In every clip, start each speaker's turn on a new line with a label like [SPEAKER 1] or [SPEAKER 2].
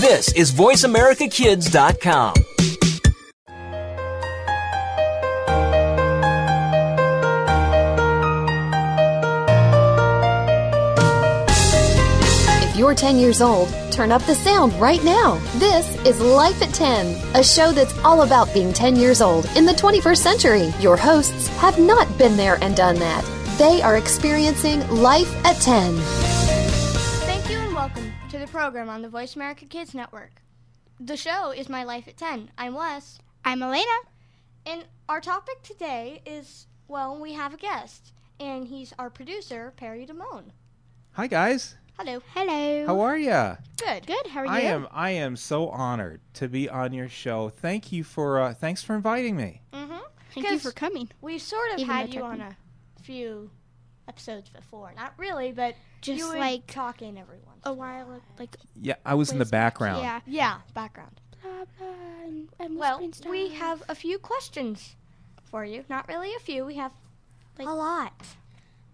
[SPEAKER 1] This is VoiceAmericaKids.com.
[SPEAKER 2] If you're 10 years old, turn up the sound right now. This is Life at 10, a show that's all about being 10 years old in the 21st century. Your hosts have not been there and done that. They are experiencing Life at 10.
[SPEAKER 3] Thank you and welcome to the program on the Voice America Kids Network. The show is My Life at 10. I'm Wes. I'm Elena. And our topic today is well, we have a guest, and he's our producer, Perry Damone.
[SPEAKER 4] Hi guys,
[SPEAKER 3] Hello. Hello.
[SPEAKER 4] how are ya?
[SPEAKER 3] Good. Good. How are
[SPEAKER 4] I am I am so honored to be on your show. Thank you for uh, thanks for inviting me.
[SPEAKER 3] Mm-hmm.
[SPEAKER 5] Thank you for coming.
[SPEAKER 3] We've sort of
[SPEAKER 5] Even
[SPEAKER 3] had
[SPEAKER 5] though
[SPEAKER 3] you on
[SPEAKER 5] technically-
[SPEAKER 3] a few episodes before. Not really, but
[SPEAKER 5] Just
[SPEAKER 3] you would
[SPEAKER 5] like
[SPEAKER 3] talk in every once.
[SPEAKER 5] a
[SPEAKER 3] in
[SPEAKER 5] while, ago, like
[SPEAKER 4] Yeah, I was in the
[SPEAKER 5] Where's-
[SPEAKER 4] background.
[SPEAKER 5] yeah.
[SPEAKER 3] Yeah, background.
[SPEAKER 5] Blah, blah, and, and
[SPEAKER 3] Well,
[SPEAKER 5] whispering
[SPEAKER 3] we
[SPEAKER 5] stuff.
[SPEAKER 3] have a few questions for you. Not really a few. We have
[SPEAKER 5] Like-
[SPEAKER 3] a lot.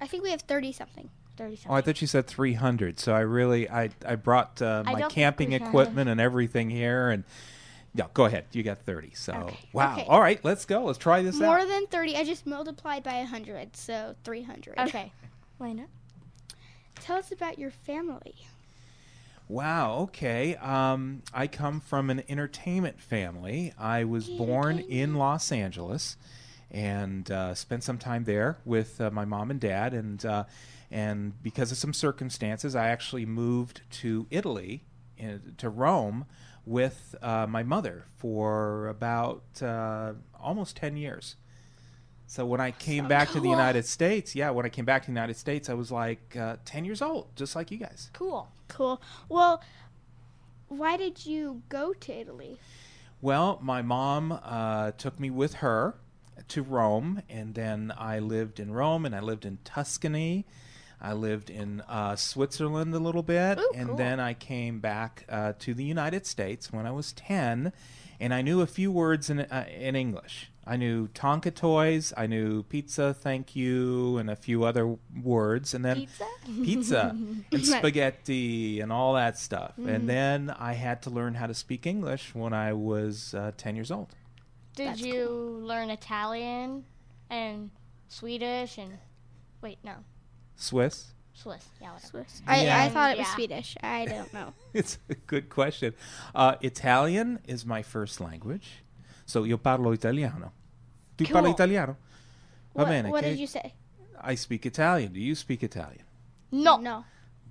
[SPEAKER 5] I think we have thirty something.
[SPEAKER 3] Thirty something.
[SPEAKER 4] Oh, I thought you said 300. So I really I I brought uh,
[SPEAKER 3] I
[SPEAKER 4] my
[SPEAKER 3] don't think
[SPEAKER 4] camping
[SPEAKER 3] we have.
[SPEAKER 4] equipment and everything here and no, go ahead. You got 30. So
[SPEAKER 3] Okay.
[SPEAKER 4] wow.
[SPEAKER 5] Okay.
[SPEAKER 4] All right, let's go. Let's try this
[SPEAKER 5] More
[SPEAKER 4] out.
[SPEAKER 5] than thirty. I just multiplied by hundred, so three hundred.
[SPEAKER 3] Okay. Lena?
[SPEAKER 5] Tell us about your family.
[SPEAKER 4] Wow. Okay. Um, I come from an entertainment family. I was born in Los Angeles, and uh, spent some time there with uh, my mom and dad. And uh, and because of some circumstances, I actually moved to Italy, in, to Rome, with uh, my mother for about uh, almost ten years. So when I came back to the United States, yeah, when I came back to the United States, I was like uh, ten years old, just like you guys.
[SPEAKER 3] Cool.
[SPEAKER 5] Cool. Well, why did you go to Italy?
[SPEAKER 4] Well, my mom uh, took me with her to Rome, and then I lived in Rome, and I lived in Tuscany. I lived in uh, Switzerland a little bit,
[SPEAKER 3] Ooh,
[SPEAKER 4] and
[SPEAKER 3] cool.
[SPEAKER 4] then I came back uh, to the United States when I was 10, and I knew a few words in, uh, in English. I knew Tonka toys, I knew pizza, thank you, and a few other words, and then
[SPEAKER 3] Pizza?
[SPEAKER 4] pizza and spaghetti and all that stuff.
[SPEAKER 5] Mm-hmm.
[SPEAKER 4] And then I had to learn how to speak English when I was uh, 10 years old.
[SPEAKER 3] Did
[SPEAKER 5] That's
[SPEAKER 3] you learn Italian and Swedish and wait, no,
[SPEAKER 4] Swiss?
[SPEAKER 3] Swiss. Yeah, whatever.
[SPEAKER 5] Swiss. I, I
[SPEAKER 4] Yeah.
[SPEAKER 5] thought it was
[SPEAKER 3] Yeah.
[SPEAKER 5] Swedish. I don't know.
[SPEAKER 4] It's a good question. Uh, Italian is my first language. So io parlo italiano. Tu parli
[SPEAKER 3] Cool.
[SPEAKER 4] italiano? Va
[SPEAKER 5] what
[SPEAKER 4] bene,
[SPEAKER 5] what
[SPEAKER 4] che-
[SPEAKER 5] did you say?
[SPEAKER 4] I speak Italian. Do you speak Italian?
[SPEAKER 3] No.
[SPEAKER 5] No.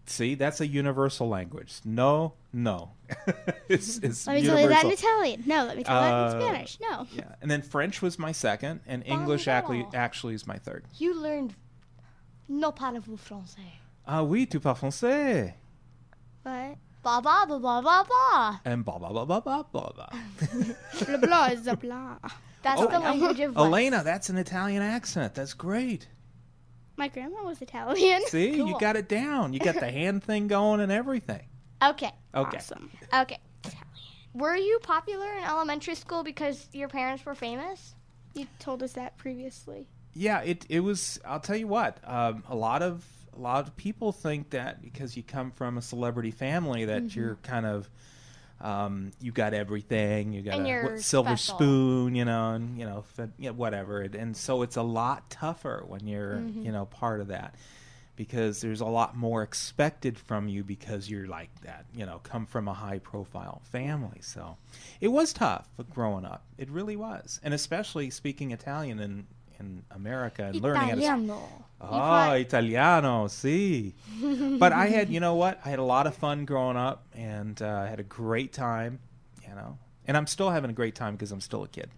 [SPEAKER 4] See, that's a universal language. No, no. it's, it's
[SPEAKER 5] Let me
[SPEAKER 4] universal.
[SPEAKER 5] tell you that in Italian. No. Let me tell you that in
[SPEAKER 4] Uh,
[SPEAKER 5] Spanish. No.
[SPEAKER 4] Yeah. And then French was my second, and English actually,
[SPEAKER 3] Bonjour.
[SPEAKER 4] actually is my third.
[SPEAKER 3] You learned no parlez-vous français.
[SPEAKER 4] Ah oui, tu parles français.
[SPEAKER 5] What?
[SPEAKER 3] Ba ba ba ba ba ba.
[SPEAKER 4] And blah, blah, blah, blah, blah, blah, blah.
[SPEAKER 5] blah blah is a blah.
[SPEAKER 3] That's
[SPEAKER 4] Oh,
[SPEAKER 3] the language of what?
[SPEAKER 4] Elena, that's an Italian accent. That's great.
[SPEAKER 5] My grandma was Italian.
[SPEAKER 4] See, you
[SPEAKER 3] Cool.
[SPEAKER 4] got it down. You got the hand thing going and everything.
[SPEAKER 3] Okay.
[SPEAKER 4] Okay.
[SPEAKER 5] Awesome.
[SPEAKER 3] Okay. Were you popular in elementary school because your parents were famous?
[SPEAKER 5] You told us that previously.
[SPEAKER 4] Yeah, it, it was, I'll tell you what, um, a lot of a lot of people think that because you come from a celebrity family that
[SPEAKER 3] Mm-hmm.
[SPEAKER 4] you're kind of um, you got everything you got
[SPEAKER 3] And
[SPEAKER 4] a
[SPEAKER 3] you're
[SPEAKER 4] what- silver
[SPEAKER 3] special.
[SPEAKER 4] spoon you know and you know f- yeah, whatever and, and so it's a lot tougher when you're
[SPEAKER 3] Mm-hmm.
[SPEAKER 4] you know part of that because there's a lot more expected from you because you're like that, you know, come from a high profile family. So it was tough growing up. It really was. And especially speaking Italian in, in America and learning how to speak. Ah, Italiano, see. but I had, you know what? I had a lot of fun growing up and uh, I had a great time, you know. And I'm still having a great time because I'm still a kid.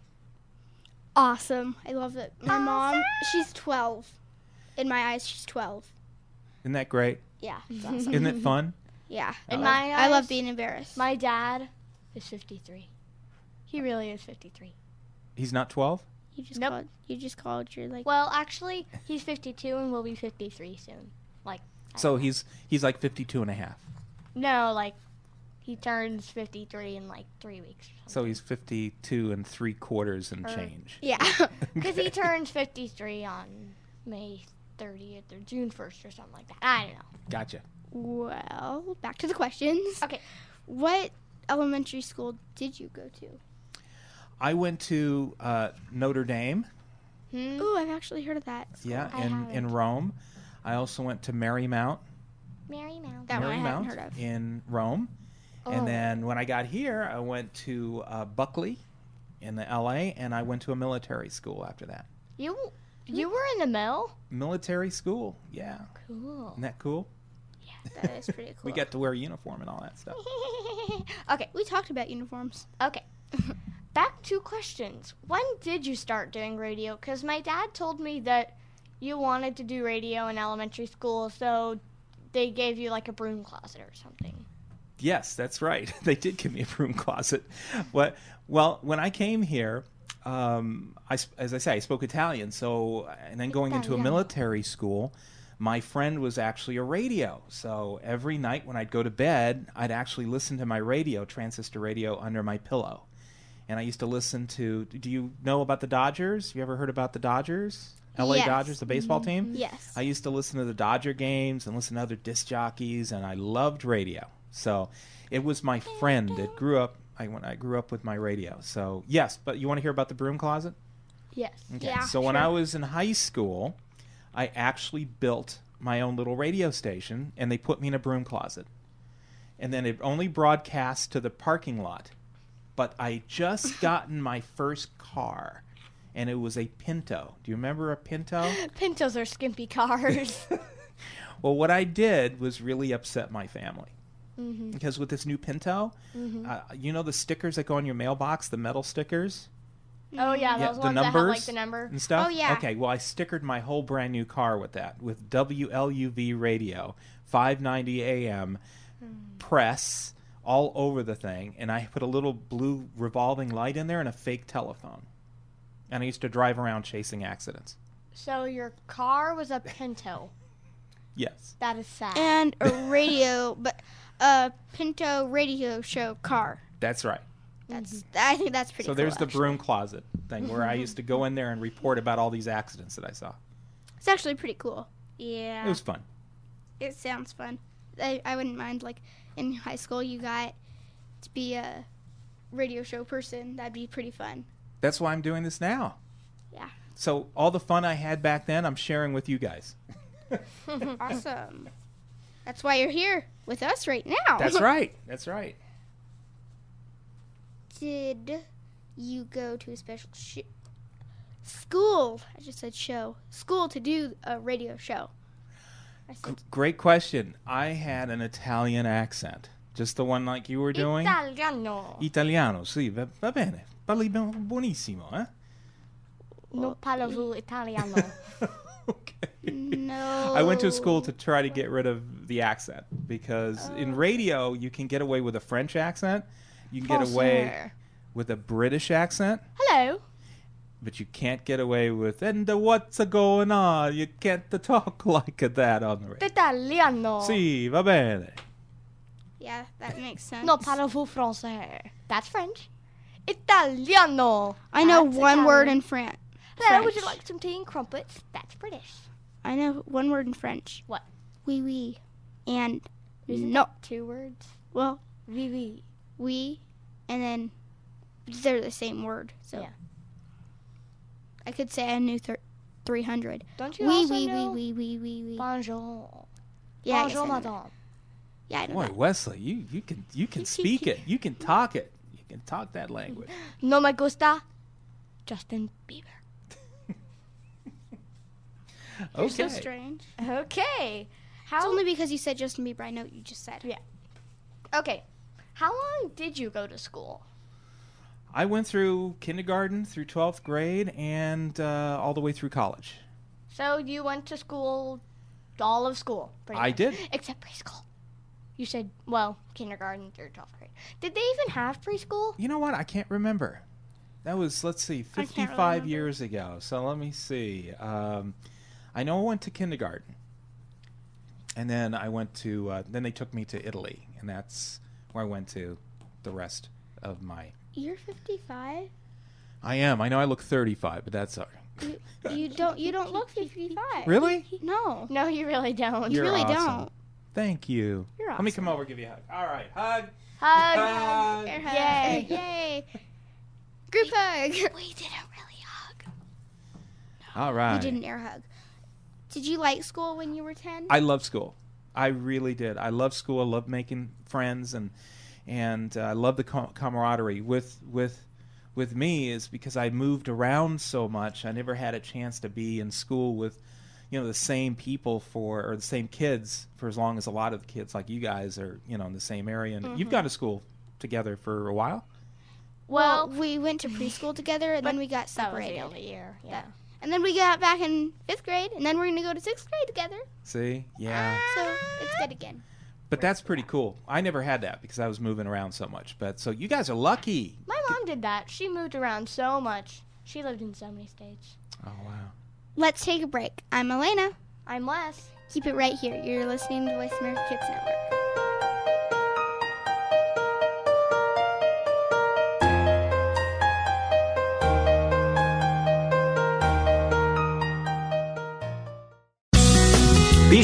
[SPEAKER 5] Awesome. I love it. My mom, she's 12. In my eyes, she's 12.
[SPEAKER 4] Isn't that great?
[SPEAKER 5] Yeah.
[SPEAKER 4] Isn't it fun?
[SPEAKER 5] Yeah.
[SPEAKER 3] In my eyes,
[SPEAKER 5] I love being embarrassed.
[SPEAKER 3] My dad is 53. He really is 53.
[SPEAKER 4] He's not 12?
[SPEAKER 5] you just
[SPEAKER 3] Nope.
[SPEAKER 5] called you just called your like
[SPEAKER 3] Well, actually, he's 52 and will be 53 soon. Like, I
[SPEAKER 4] So
[SPEAKER 3] don't know.
[SPEAKER 4] he's he's like 52 and a half.
[SPEAKER 3] no, like, he turns 53 in like three weeks.
[SPEAKER 4] So he's 52 and three quarters and
[SPEAKER 5] Er,
[SPEAKER 3] Or-
[SPEAKER 4] change.
[SPEAKER 5] Yeah.
[SPEAKER 3] Because he turns 53 on May 30th or June 1st or something like that. I don't know.
[SPEAKER 4] Gotcha.
[SPEAKER 5] well, back to the questions.
[SPEAKER 3] Okay.
[SPEAKER 5] What elementary school did you go to?
[SPEAKER 4] I went to uh, Notre Dame,
[SPEAKER 5] Ooh, I've actually heard of that.
[SPEAKER 4] yeah,
[SPEAKER 3] I
[SPEAKER 4] in, in
[SPEAKER 3] haven't.
[SPEAKER 4] Rome. I also went to Marymount,
[SPEAKER 3] Mary Mount.
[SPEAKER 5] That one I haven't
[SPEAKER 4] Marymount
[SPEAKER 5] heard of.
[SPEAKER 4] in Rome.
[SPEAKER 3] Oh.
[SPEAKER 4] And then when I got here, I went to uh, Buckley in the LA, and I went to a military school after that.
[SPEAKER 3] You you were in the mill?
[SPEAKER 4] Military school, yeah.
[SPEAKER 3] Cool.
[SPEAKER 4] Isn't that cool?
[SPEAKER 5] That is pretty cool.
[SPEAKER 4] We got to wear a uniform and all that stuff.
[SPEAKER 3] okay,
[SPEAKER 5] We talked about uniforms.
[SPEAKER 4] Uh,
[SPEAKER 3] okay. Back to questions. When did you start doing radio? Because my dad told me that you wanted to do radio in elementary school, so they gave you like a broom closet or something.
[SPEAKER 4] Yes, that's right. They did give me a broom closet. What? Well, when I came here, um, I, s- as I say, I spoke Italian. So, and then going into a
[SPEAKER 3] Italiano.
[SPEAKER 4] military school, my friend was actually a radio. So every night when I'd go to bed, I'd actually listen to my radio, transistor radio, under my pillow. And I used to listen to. Do you know about the Dodgers? You ever heard about the Dodgers? L.A.
[SPEAKER 5] Yes.
[SPEAKER 4] Dodgers, the baseball team.
[SPEAKER 5] Yes.
[SPEAKER 4] I used to listen to the Dodger games and listen to other disc jockeys, and I loved radio. So it was my friend that grew up. I when I grew up with my radio. So yes, but you want to hear about the broom closet?
[SPEAKER 3] Yes.
[SPEAKER 4] Okay.
[SPEAKER 5] Yeah,
[SPEAKER 4] so when
[SPEAKER 5] sure.
[SPEAKER 4] I was in high school, I actually built my own little radio station, and they put me in a broom closet, and then it only broadcast to the parking lot. But I just gotten my first car, and it was a Pinto. Do you remember a Pinto?
[SPEAKER 3] Pintos are skimpy cars.
[SPEAKER 4] Well, what I did was really upset my family.
[SPEAKER 5] Mm-hmm.
[SPEAKER 4] Because with this new Pinto, uh, you know the stickers that go on your mailbox, the metal stickers?
[SPEAKER 3] oh yeah, those
[SPEAKER 4] the
[SPEAKER 3] ones that have
[SPEAKER 4] numbers
[SPEAKER 3] like the number.
[SPEAKER 4] and stuff?
[SPEAKER 5] Oh, yeah.
[SPEAKER 4] Okay, well, I stickered my whole brand new car with that, with WLUV radio, 590 AM,
[SPEAKER 5] Hmm.
[SPEAKER 4] press, all over the thing. And I put a little blue revolving light in there and a fake telephone. And I used to drive around chasing accidents.
[SPEAKER 3] So your car was a Pinto.
[SPEAKER 4] Yes.
[SPEAKER 3] That is sad.
[SPEAKER 5] And a radio, but a Pinto radio show car.
[SPEAKER 4] That's right.
[SPEAKER 5] That's I think that's pretty.
[SPEAKER 4] So
[SPEAKER 5] cool,
[SPEAKER 4] there's the
[SPEAKER 5] actually.
[SPEAKER 4] broom closet thing where I used to go in there and report about all these accidents that I saw.
[SPEAKER 5] It's actually pretty cool. Yeah.
[SPEAKER 4] It was fun.
[SPEAKER 5] It sounds fun. I, I wouldn't mind like in high school you got to be a radio show person. That'd be pretty fun.
[SPEAKER 4] That's why I'm doing this now.
[SPEAKER 5] Yeah.
[SPEAKER 4] So all the fun I had back then, I'm sharing with you guys.
[SPEAKER 5] awesome. That's why you're here with us right now.
[SPEAKER 4] That's right. That's right.
[SPEAKER 5] Did you go to a special sh- school? I just said show. School to do a radio show. I
[SPEAKER 4] G-
[SPEAKER 5] said
[SPEAKER 4] great question. I had an Italian accent, just the one like you were doing.
[SPEAKER 3] Italiano.
[SPEAKER 4] Italiano, sì, va, va bene. Parli ben- buonissimo, eh?
[SPEAKER 3] No parlo più Italiano.
[SPEAKER 4] okay.
[SPEAKER 5] no.
[SPEAKER 4] I went to school to try to get rid of the accent because
[SPEAKER 5] Oh.
[SPEAKER 4] in radio you can get away with a French accent, you can
[SPEAKER 5] Oh,
[SPEAKER 4] get away with a British accent,
[SPEAKER 3] Hello.
[SPEAKER 4] but you can't get away with and uh, what's a going on? You can't uh, talk like that on the radio.
[SPEAKER 3] Italiano.
[SPEAKER 4] Si, va bene.
[SPEAKER 5] Yeah, that makes sense.
[SPEAKER 3] No parlo più français. That's French. Italiano.
[SPEAKER 5] I know
[SPEAKER 3] That's
[SPEAKER 5] one word
[SPEAKER 3] Italian.
[SPEAKER 5] in Fran- French.
[SPEAKER 3] Hello, would you like some tea and crumpets? That's British.
[SPEAKER 5] I know one word in French.
[SPEAKER 3] What?
[SPEAKER 5] Oui, oui. And no.
[SPEAKER 3] Two words.
[SPEAKER 5] Well,
[SPEAKER 3] Oui, oui.
[SPEAKER 5] we, and then they're the same word. So
[SPEAKER 3] Yeah.
[SPEAKER 5] I could say I knew thir- 300.
[SPEAKER 3] Don't
[SPEAKER 5] We,
[SPEAKER 3] you also
[SPEAKER 5] we,
[SPEAKER 3] know?
[SPEAKER 5] we, we, we, we, we.
[SPEAKER 3] Bonjour.
[SPEAKER 5] Yeah, I guess I
[SPEAKER 3] Bonjour,
[SPEAKER 5] know that.
[SPEAKER 3] madame.
[SPEAKER 5] Yeah, I know
[SPEAKER 4] Boy,
[SPEAKER 5] that.
[SPEAKER 4] Wesley, you, you can you can speak it. You can talk it. You can talk that language.
[SPEAKER 3] No me gusta. Justin Bieber.
[SPEAKER 5] You're so
[SPEAKER 4] Okay.
[SPEAKER 5] strange.
[SPEAKER 3] Okay.
[SPEAKER 5] It's
[SPEAKER 3] How?
[SPEAKER 5] only because you said Justin Bieber. I know what you just said.
[SPEAKER 3] Yeah. okay. How long did you go to school?
[SPEAKER 4] I went through kindergarten through 12th grade and uh, all the way through college.
[SPEAKER 3] So you went to school, all of school. pretty
[SPEAKER 4] I
[SPEAKER 3] much.
[SPEAKER 4] did.
[SPEAKER 3] Except preschool. You said, well, kindergarten through 12th grade. Did they even have preschool?
[SPEAKER 4] You know what? I can't remember. That was let's see,
[SPEAKER 5] can't
[SPEAKER 4] 55
[SPEAKER 5] remember.
[SPEAKER 4] years ago. So let me see. Um, I know I went to kindergarten, and then I went to uh, then they took me to Italy, and that's where I went to the rest of my.
[SPEAKER 5] You're 55.
[SPEAKER 4] I am. I know I look 35, but that's all right.
[SPEAKER 5] You don't. You don't look 55.
[SPEAKER 4] Really?
[SPEAKER 5] No.
[SPEAKER 3] No, you really don't.
[SPEAKER 5] You
[SPEAKER 4] You're
[SPEAKER 5] really
[SPEAKER 4] awesome.
[SPEAKER 5] don't.
[SPEAKER 4] Thank you.
[SPEAKER 5] You're
[SPEAKER 4] Let me come over and give you a hug. All right, hug.
[SPEAKER 3] Um,
[SPEAKER 5] Hug. Air
[SPEAKER 3] Yay.
[SPEAKER 5] hug. Yay. Group hug.
[SPEAKER 3] We didn't really hug.
[SPEAKER 4] All right.
[SPEAKER 5] You did an air hug. Did you like school when you were 10?
[SPEAKER 4] I love school. I really did. I love school. I love making friends and and uh, I love the com- camaraderie with with with me is because I moved around so much. I never had a chance to be in school with you know the same people for or the same kids for as long as a lot of the kids like you guys are you know in the same area and you've gone to school together for a while.
[SPEAKER 5] well, we went to preschool together and then we got
[SPEAKER 3] That was
[SPEAKER 5] separated.
[SPEAKER 3] the only year. Yeah.
[SPEAKER 5] And then we got back in fifth grade and then we're going to go to sixth grade together.
[SPEAKER 4] See? Yeah.
[SPEAKER 5] So it's good again.
[SPEAKER 4] But that's pretty cool. I never had that because I was moving around so much. But so you guys are lucky.
[SPEAKER 3] My mom did that. She moved around so much. She lived in so many states.
[SPEAKER 4] Oh wow.
[SPEAKER 5] Let's take a break. I'm Elena.
[SPEAKER 3] I'm Les.
[SPEAKER 5] Keep it right here. You're listening to Voice America Kids Network.
[SPEAKER 1] Be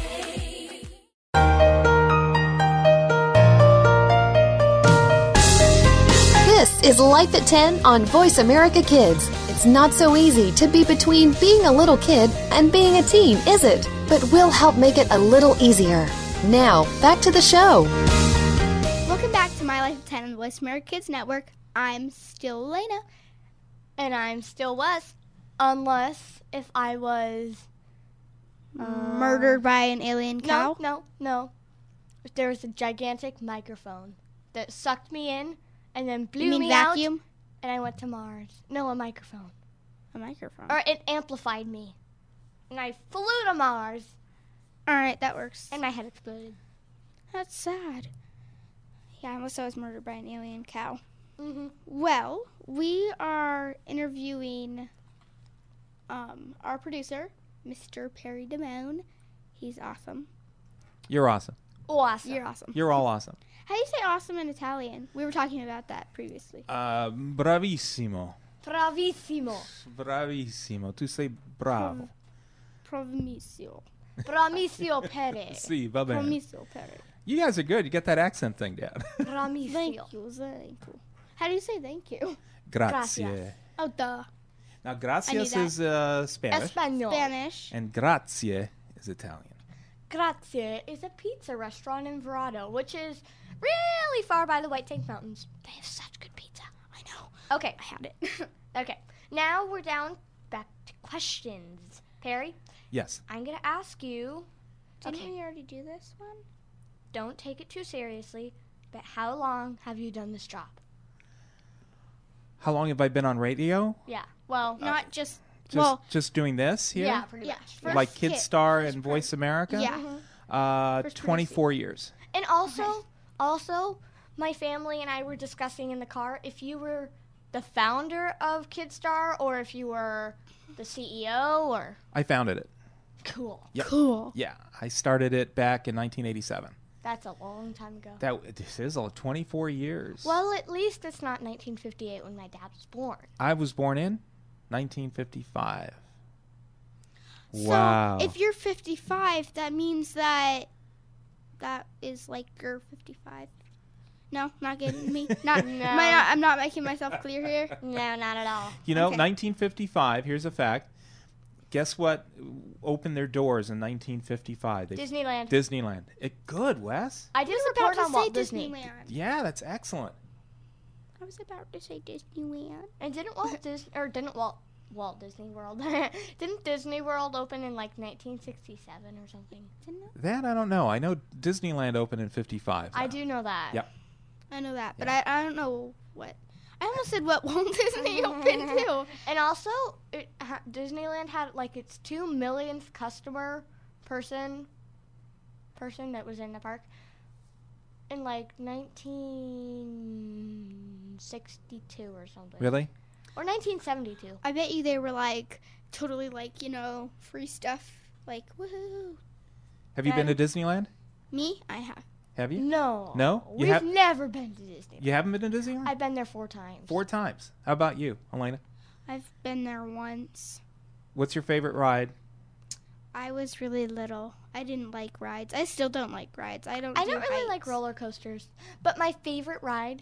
[SPEAKER 2] This is Life at 10 on Voice America Kids. It's not so easy to be between being a little kid and being a teen, is it? But we'll help make it a little easier. Now, back to the show.
[SPEAKER 5] Welcome back to My Life of 10 on the Voice America Kids Network. I'm still Elena.
[SPEAKER 3] And I'm still Les. Unless if I was.
[SPEAKER 5] Um, Murdered by an alien cow.
[SPEAKER 3] No, no, no. There was a gigantic microphone that sucked me in and then blew
[SPEAKER 5] you mean
[SPEAKER 3] me
[SPEAKER 5] vacuum?
[SPEAKER 3] out, and I went to Mars. No, a microphone.
[SPEAKER 5] A microphone.
[SPEAKER 3] Or it amplified me. And I flew to Mars,
[SPEAKER 5] All right, that works.
[SPEAKER 3] and my head exploded.
[SPEAKER 5] That's sad. Yeah, unless I was murdered by an alien cow.
[SPEAKER 3] hmm
[SPEAKER 5] Mm-hmm. Well, we are interviewing um, our producer, Mr. Perry Damone. He's awesome.
[SPEAKER 4] You're awesome.
[SPEAKER 3] Awesome.
[SPEAKER 5] You're awesome.
[SPEAKER 4] You're all awesome.
[SPEAKER 5] How do you say awesome in Italian? We were talking about that previously.
[SPEAKER 4] Uh, bravissimo.
[SPEAKER 3] Bravissimo.
[SPEAKER 4] Bravissimo. Tu sei bravo.
[SPEAKER 5] Promisio.
[SPEAKER 3] Promisio Pere.
[SPEAKER 4] Sì, va bene.
[SPEAKER 5] Promisio, Perry.
[SPEAKER 4] You guys are good. You got that accent thing down.
[SPEAKER 5] Thank
[SPEAKER 3] Promisio.
[SPEAKER 5] you. Thank you. How do you say thank you?
[SPEAKER 4] grazie.
[SPEAKER 3] Gracias.
[SPEAKER 5] Oh, duh.
[SPEAKER 4] Now, gracias
[SPEAKER 5] I knew
[SPEAKER 4] is uh, Spanish,
[SPEAKER 3] Espanol.
[SPEAKER 5] Spanish.
[SPEAKER 4] and grazie is Italian.
[SPEAKER 3] Grazie is a pizza restaurant in Verado, which is really far by the White Tank Mountains. They have such good pizza. I know. Okay. I had it. okay. Now we're down back to questions. Perry,
[SPEAKER 4] Yes.
[SPEAKER 3] I'm going to ask you
[SPEAKER 5] Didn't
[SPEAKER 3] Okay.
[SPEAKER 5] we already do this one?
[SPEAKER 3] don't take it too seriously, but how long have you done this job?
[SPEAKER 4] How long have I been on radio?
[SPEAKER 3] Yeah. Well,
[SPEAKER 5] Not just.
[SPEAKER 4] Just
[SPEAKER 5] well,
[SPEAKER 4] just doing this here?
[SPEAKER 3] yeah, pretty
[SPEAKER 5] yeah.
[SPEAKER 3] much. Mm-hmm.
[SPEAKER 5] First
[SPEAKER 4] like Kid
[SPEAKER 5] kid-
[SPEAKER 4] Star and Voice America?
[SPEAKER 5] Yeah.
[SPEAKER 4] Uh,
[SPEAKER 5] First producer.
[SPEAKER 4] 24 years.
[SPEAKER 3] And also, also, my family and I were discussing in the car if you were the founder of Kidstar or if you were the CEO or
[SPEAKER 4] I founded it.
[SPEAKER 3] cool.
[SPEAKER 5] Cool.
[SPEAKER 4] Yeah, I started it back in 1987.
[SPEAKER 3] That's a long time ago.
[SPEAKER 4] That this is all 24 years.
[SPEAKER 3] Well, at least it's not 1958 when my dad was born.
[SPEAKER 4] I was born in 1955.
[SPEAKER 5] So if you're 55, that means that that is like you're 55. No, not getting me. Not,
[SPEAKER 3] No.
[SPEAKER 5] am I not- I'm not making myself clear here.
[SPEAKER 3] No, not at all.
[SPEAKER 4] You know,
[SPEAKER 5] Okay.
[SPEAKER 4] 1955. Here's a fact. Guess what? Opened their doors in 1955. They,
[SPEAKER 3] Disneyland.
[SPEAKER 4] Disneyland. It, good, Wes.
[SPEAKER 3] I did
[SPEAKER 5] I
[SPEAKER 3] a
[SPEAKER 5] was about
[SPEAKER 3] report
[SPEAKER 5] to
[SPEAKER 3] on
[SPEAKER 5] say
[SPEAKER 3] Walt Disney.
[SPEAKER 5] Disneyland.
[SPEAKER 4] Yeah, that's excellent.
[SPEAKER 5] I was about to say Disneyland.
[SPEAKER 3] And didn't Walt Disney or didn't Walt Walt Disney World didn't Disney World open in like 1967 or something?
[SPEAKER 5] Didn't I?
[SPEAKER 4] That I don't know. I know Disneyland opened in 55.
[SPEAKER 3] I
[SPEAKER 4] though.
[SPEAKER 3] do know that.
[SPEAKER 4] Yep.
[SPEAKER 5] I know that, but I, I don't know what. I almost said what Walt Disney opened too.
[SPEAKER 3] And also, it, ha- Disneyland had like its two millionth customer person person that was in the park in like 1962 or something,
[SPEAKER 4] Really?
[SPEAKER 3] or 1972.
[SPEAKER 5] I bet you they were like totally like you know free stuff like woohoo.
[SPEAKER 4] Have you been to Disneyland?
[SPEAKER 5] Me, I have.
[SPEAKER 4] Have you?
[SPEAKER 3] No.
[SPEAKER 4] No? You
[SPEAKER 3] We've
[SPEAKER 4] have-
[SPEAKER 3] never been to Disney.
[SPEAKER 4] You haven't been to Disneyland?
[SPEAKER 3] I've been there four times.
[SPEAKER 4] Four times. How about you, Elena?
[SPEAKER 5] I've been there once.
[SPEAKER 4] What's your favorite ride?
[SPEAKER 5] I was really little. I didn't like rides. I still don't like rides. I don't.
[SPEAKER 3] I
[SPEAKER 5] do
[SPEAKER 3] don't really like
[SPEAKER 5] heights.
[SPEAKER 3] roller coasters, but my favorite ride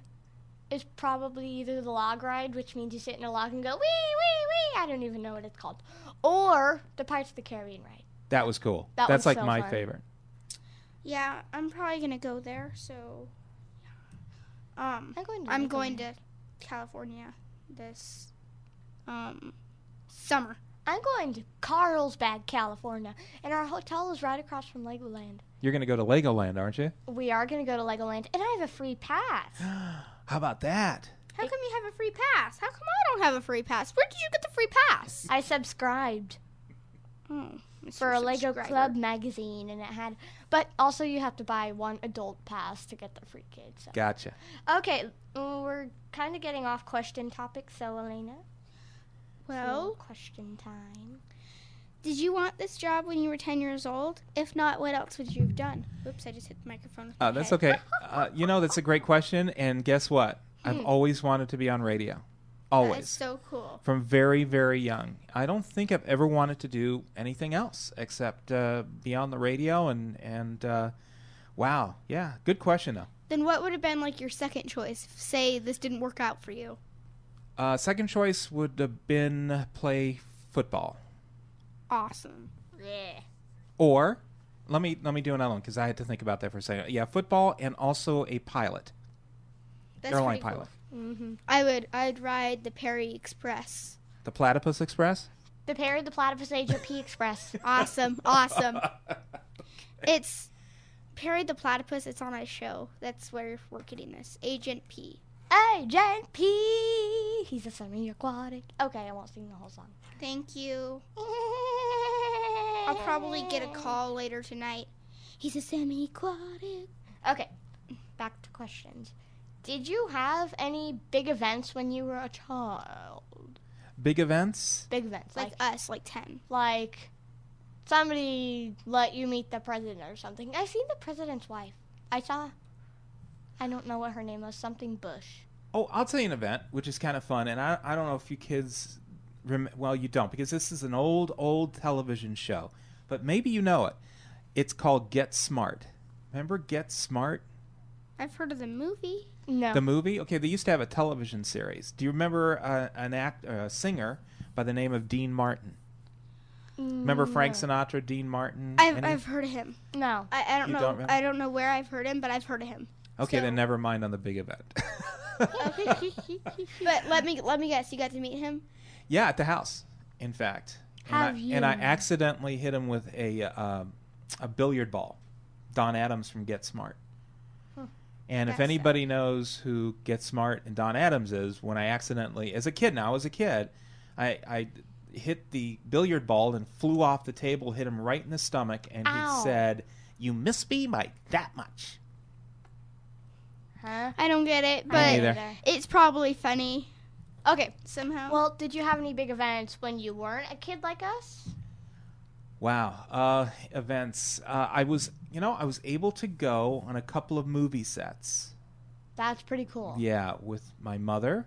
[SPEAKER 3] is probably either the log ride, which means you sit in a log and go wee wee wee. I don't even know what it's called, or the Pirates of the Caribbean ride.
[SPEAKER 4] That was cool.
[SPEAKER 3] That
[SPEAKER 4] That's
[SPEAKER 3] one's
[SPEAKER 4] like
[SPEAKER 3] so
[SPEAKER 4] my
[SPEAKER 3] fun.
[SPEAKER 4] favorite.
[SPEAKER 5] Yeah, I'm probably gonna go there. So, um,
[SPEAKER 3] I'm going to.
[SPEAKER 5] I'm
[SPEAKER 3] Disneyland.
[SPEAKER 5] going to California this um summer.
[SPEAKER 3] I'm going to Carlsbad, California, and our hotel is right across from Legoland.
[SPEAKER 4] You're going to go to Legoland, aren't you?
[SPEAKER 3] We are going to go to Legoland, and I have a free pass.
[SPEAKER 4] How about that?
[SPEAKER 5] How come you have a free pass? How come I don't have a free pass? Where did you get the free pass?
[SPEAKER 3] I subscribed
[SPEAKER 5] Oh,
[SPEAKER 3] for a Lego Club magazine, and it had. But also, you have to buy one adult pass to get the free kid. So.
[SPEAKER 4] Gotcha.
[SPEAKER 3] Okay, well, we're kind of getting off question topic, so Elena.
[SPEAKER 5] Well,
[SPEAKER 3] question time.
[SPEAKER 5] did you want this job when you were 10 years old? If not, what else would you have done? Oops, I just hit the microphone. with
[SPEAKER 4] Uh,
[SPEAKER 5] my
[SPEAKER 4] that's
[SPEAKER 5] head.
[SPEAKER 4] okay. Uh, you know, that's a great question. And guess what? I've always wanted to be on radio. Always.
[SPEAKER 5] Hmm. That's so cool.
[SPEAKER 4] From very, very young. I don't think I've ever wanted to do anything else except uh, be on the radio. And, and uh, wow. Yeah. Good question, though.
[SPEAKER 5] Then what would have been like your second choice? If, say this didn't work out for you.
[SPEAKER 4] Uh, second choice would have been play football.
[SPEAKER 5] Awesome.
[SPEAKER 3] Yeah.
[SPEAKER 4] Or let me let me do another one because I had to think about that for a second. Yeah, football and also a pilot,
[SPEAKER 5] That's
[SPEAKER 4] airline
[SPEAKER 5] pretty cool.
[SPEAKER 4] pilot,
[SPEAKER 5] I would. I'd ride the Perry Express.
[SPEAKER 4] the Platypus Express.
[SPEAKER 3] The Perry the Platypus Agent P Express.
[SPEAKER 5] Awesome. awesome. It's Perry the Platypus. It's on a show. That's where we're getting this. Agent P.
[SPEAKER 3] Agent P! He's a semi aquatic. Okay, I won't sing the whole song.
[SPEAKER 5] Thank you. I'll probably get a call later tonight. He's a semi-aquatic.
[SPEAKER 3] Okay, back to questions. Did you have any big events when you were a child?
[SPEAKER 4] Big events.
[SPEAKER 3] Big events, like
[SPEAKER 5] Like us, like ten.
[SPEAKER 3] like somebody let you meet the president or something. I seen the president's wife. I saw. I don't know what her name was. Something Bush.
[SPEAKER 4] Oh, I'll tell you an event which is kind of fun, and I I don't know if you kids, rem- well you don't because this is an old old television show, but maybe you know it. It's called Get Smart. Remember Get Smart,
[SPEAKER 5] I've heard of the movie.
[SPEAKER 3] No.
[SPEAKER 4] the movie? Okay, they used to have a television series. Do you remember uh, an act, uh, a singer by the name of Dean Martin? Remember Frank Sinatra, Dean Martin?
[SPEAKER 5] Mm, I've,
[SPEAKER 4] Any-
[SPEAKER 5] I've heard of him.
[SPEAKER 3] no.
[SPEAKER 5] I, I don't
[SPEAKER 4] You
[SPEAKER 5] know.
[SPEAKER 4] don't remember?
[SPEAKER 5] I don't know where I've heard him, but I've heard of him.
[SPEAKER 4] Okay,
[SPEAKER 5] So-
[SPEAKER 4] then never mind on the big event.
[SPEAKER 5] But let me let me guess. You got to meet him.
[SPEAKER 4] yeah, at the house, in fact. And
[SPEAKER 3] Have
[SPEAKER 4] I,
[SPEAKER 3] you?
[SPEAKER 4] And I accidentally hit him with a uh, a billiard ball. Don Adams from Get Smart. And if
[SPEAKER 5] That's
[SPEAKER 4] anybody knows who Get Smart and Don Adams is, when I accidentally, as a kid, now as a kid, I, I hit the billiard ball and flew off the table, hit him right in the stomach, and
[SPEAKER 3] Ow.
[SPEAKER 4] he said, "You miss me by that much."
[SPEAKER 3] Huh?
[SPEAKER 5] I don't get it,
[SPEAKER 4] Me
[SPEAKER 5] but
[SPEAKER 4] neither.
[SPEAKER 5] it's probably funny. Okay, somehow.
[SPEAKER 3] Well, did you have any big events when you weren't a kid like us?
[SPEAKER 4] Wow. Uh, events. Uh, I was, you know, I was able to go on a couple of movie sets.
[SPEAKER 3] That's pretty cool.
[SPEAKER 4] Yeah, with my mother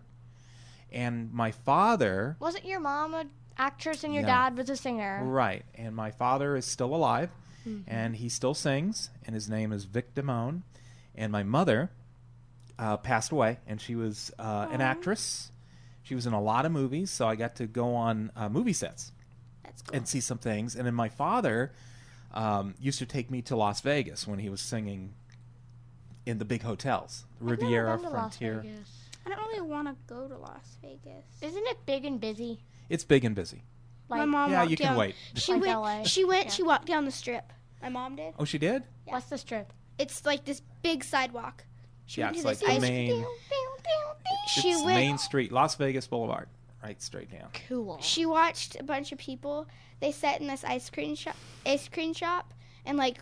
[SPEAKER 4] and my father.
[SPEAKER 3] Wasn't your mom an actress and your
[SPEAKER 4] No.
[SPEAKER 3] dad was a singer?
[SPEAKER 4] Right. And my father is still alive
[SPEAKER 3] Mm-hmm.
[SPEAKER 4] and he still sings, and his name is Vic Damone. And my mother uh, passed away, and she was uh, an actress. She was in a lot of movies, so I got to go on uh, movie sets.
[SPEAKER 5] that's cool.
[SPEAKER 4] and see some things. And then my father um, used to take me to Las Vegas when he was singing in the big hotels, Riviera,
[SPEAKER 3] I've never been to Las
[SPEAKER 4] Frontier.
[SPEAKER 3] Vegas.
[SPEAKER 5] I don't really want to go to Las Vegas.
[SPEAKER 3] Isn't it big and busy?
[SPEAKER 4] It's big and busy.
[SPEAKER 3] Like,
[SPEAKER 5] my mom
[SPEAKER 4] yeah,
[SPEAKER 5] walked
[SPEAKER 4] you can
[SPEAKER 5] down.
[SPEAKER 4] wait.
[SPEAKER 5] She
[SPEAKER 3] Like
[SPEAKER 5] went.
[SPEAKER 3] LA.
[SPEAKER 5] She went.
[SPEAKER 3] Yeah.
[SPEAKER 5] She walked down the strip. My mom did.
[SPEAKER 4] Oh, she did.
[SPEAKER 3] what's the strip?
[SPEAKER 5] It's like this big sidewalk. She
[SPEAKER 4] yeah,
[SPEAKER 5] went
[SPEAKER 4] it's
[SPEAKER 5] to
[SPEAKER 4] like
[SPEAKER 5] this
[SPEAKER 4] the
[SPEAKER 5] ice
[SPEAKER 4] main,
[SPEAKER 5] She
[SPEAKER 4] it's
[SPEAKER 5] went.
[SPEAKER 4] Main Street, Las Vegas Boulevard, right straight down.
[SPEAKER 3] Cool.
[SPEAKER 5] She watched a bunch of people. They sat in this ice cream shop. Ice cream shop, and like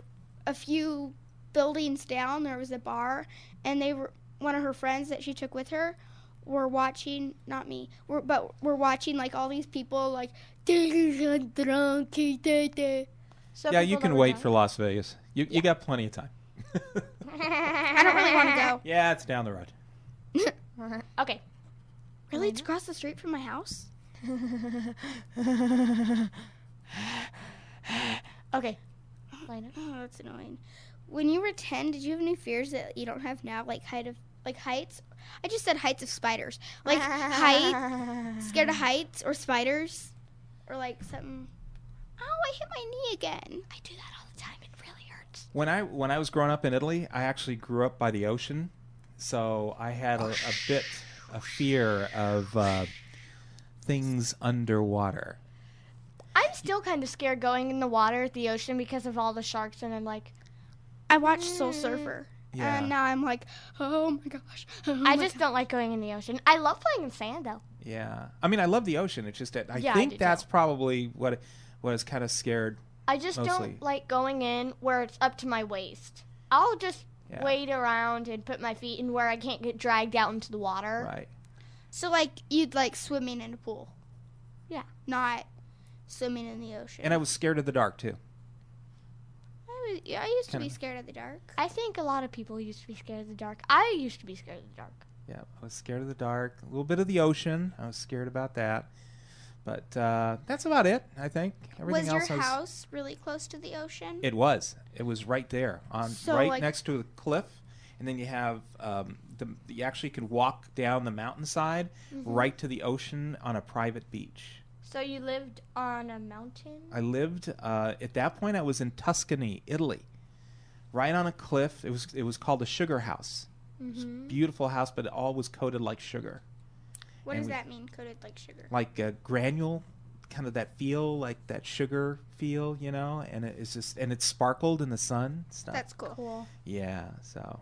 [SPEAKER 5] a few buildings down, there was a bar, and they were one of her friends that she took with her were watching not me were, but were watching like all these people like drunk
[SPEAKER 3] So
[SPEAKER 4] yeah,
[SPEAKER 3] people
[SPEAKER 4] you
[SPEAKER 3] that
[SPEAKER 4] can
[SPEAKER 3] were
[SPEAKER 4] wait
[SPEAKER 3] drunk-
[SPEAKER 4] for Las Vegas. You you got plenty of time.
[SPEAKER 5] i don't really want to go
[SPEAKER 4] Yeah, it's down the road.
[SPEAKER 3] Okay.
[SPEAKER 5] Really? It's across the street from my house?
[SPEAKER 3] Okay. Lena.
[SPEAKER 5] Oh, that's annoying. When you were 10, did you have any fears that you don't have now, like height of like heights? I just said heights of spiders. Like height, scared of heights or spiders or like something. Oh, I hit my knee again. I do that all the time. It really hurts.
[SPEAKER 4] When I when I was growing up in Italy, I actually grew up by the ocean, so I had a, a bit a fear of uh, things underwater.
[SPEAKER 3] I'm still kind of scared going in the water at the ocean because of all the sharks, and I'm like,
[SPEAKER 5] I watched Soul Surfer.
[SPEAKER 4] Mm. Yeah.
[SPEAKER 5] And
[SPEAKER 3] Um,
[SPEAKER 5] now I'm like, oh my gosh. oh my
[SPEAKER 3] I just don't like going in the ocean. I love playing in sand though.
[SPEAKER 4] Yeah, I mean, I love the ocean. It's just that I
[SPEAKER 3] Yeah, I
[SPEAKER 4] think
[SPEAKER 3] do
[SPEAKER 4] that's
[SPEAKER 3] too.
[SPEAKER 4] probably what what is kind of scared.
[SPEAKER 3] I just
[SPEAKER 4] Mostly.
[SPEAKER 3] don't like going in where it's up to my waist. I'll just
[SPEAKER 4] Yeah.
[SPEAKER 3] wade around and put my feet in where I can't get dragged out into the water.
[SPEAKER 4] Right?
[SPEAKER 5] So, like, you'd like swimming in a pool.
[SPEAKER 3] Yeah.
[SPEAKER 5] Not swimming in the ocean.
[SPEAKER 4] And I was scared of the dark too.
[SPEAKER 5] I, was, yeah, I used to
[SPEAKER 4] Kinda.
[SPEAKER 5] be scared of the dark.
[SPEAKER 3] I think a lot of people used to be scared of the dark. I used to be scared of the dark.
[SPEAKER 4] Yeah, I was scared of the dark. A little bit of the ocean. I was scared about that. But uh, that's about it. I think everything
[SPEAKER 5] was
[SPEAKER 4] else.
[SPEAKER 5] your
[SPEAKER 4] I was-
[SPEAKER 5] house really close to the ocean?
[SPEAKER 4] It was. It was right there, on
[SPEAKER 5] So,
[SPEAKER 4] right
[SPEAKER 5] like-
[SPEAKER 4] next to the cliff, and then you have um, the you actually could walk down the mountainside
[SPEAKER 5] Mm-hmm.
[SPEAKER 4] right to the ocean on a private beach.
[SPEAKER 3] So you lived on a mountain?
[SPEAKER 4] I lived uh, at that point. I was in Tuscany, Italy, right on a cliff. It was it was called the Sugar House. It was a
[SPEAKER 5] Mm-hmm.
[SPEAKER 4] beautiful house, but it all was coated like sugar,
[SPEAKER 5] what
[SPEAKER 4] and
[SPEAKER 5] does
[SPEAKER 4] we-
[SPEAKER 5] that mean? Coated like sugar.
[SPEAKER 4] like a granule, kind of that feel, like that sugar feel, you know. And it- it's just and it sparkled in the sun. Stuff.
[SPEAKER 5] That's cool.
[SPEAKER 4] yeah. So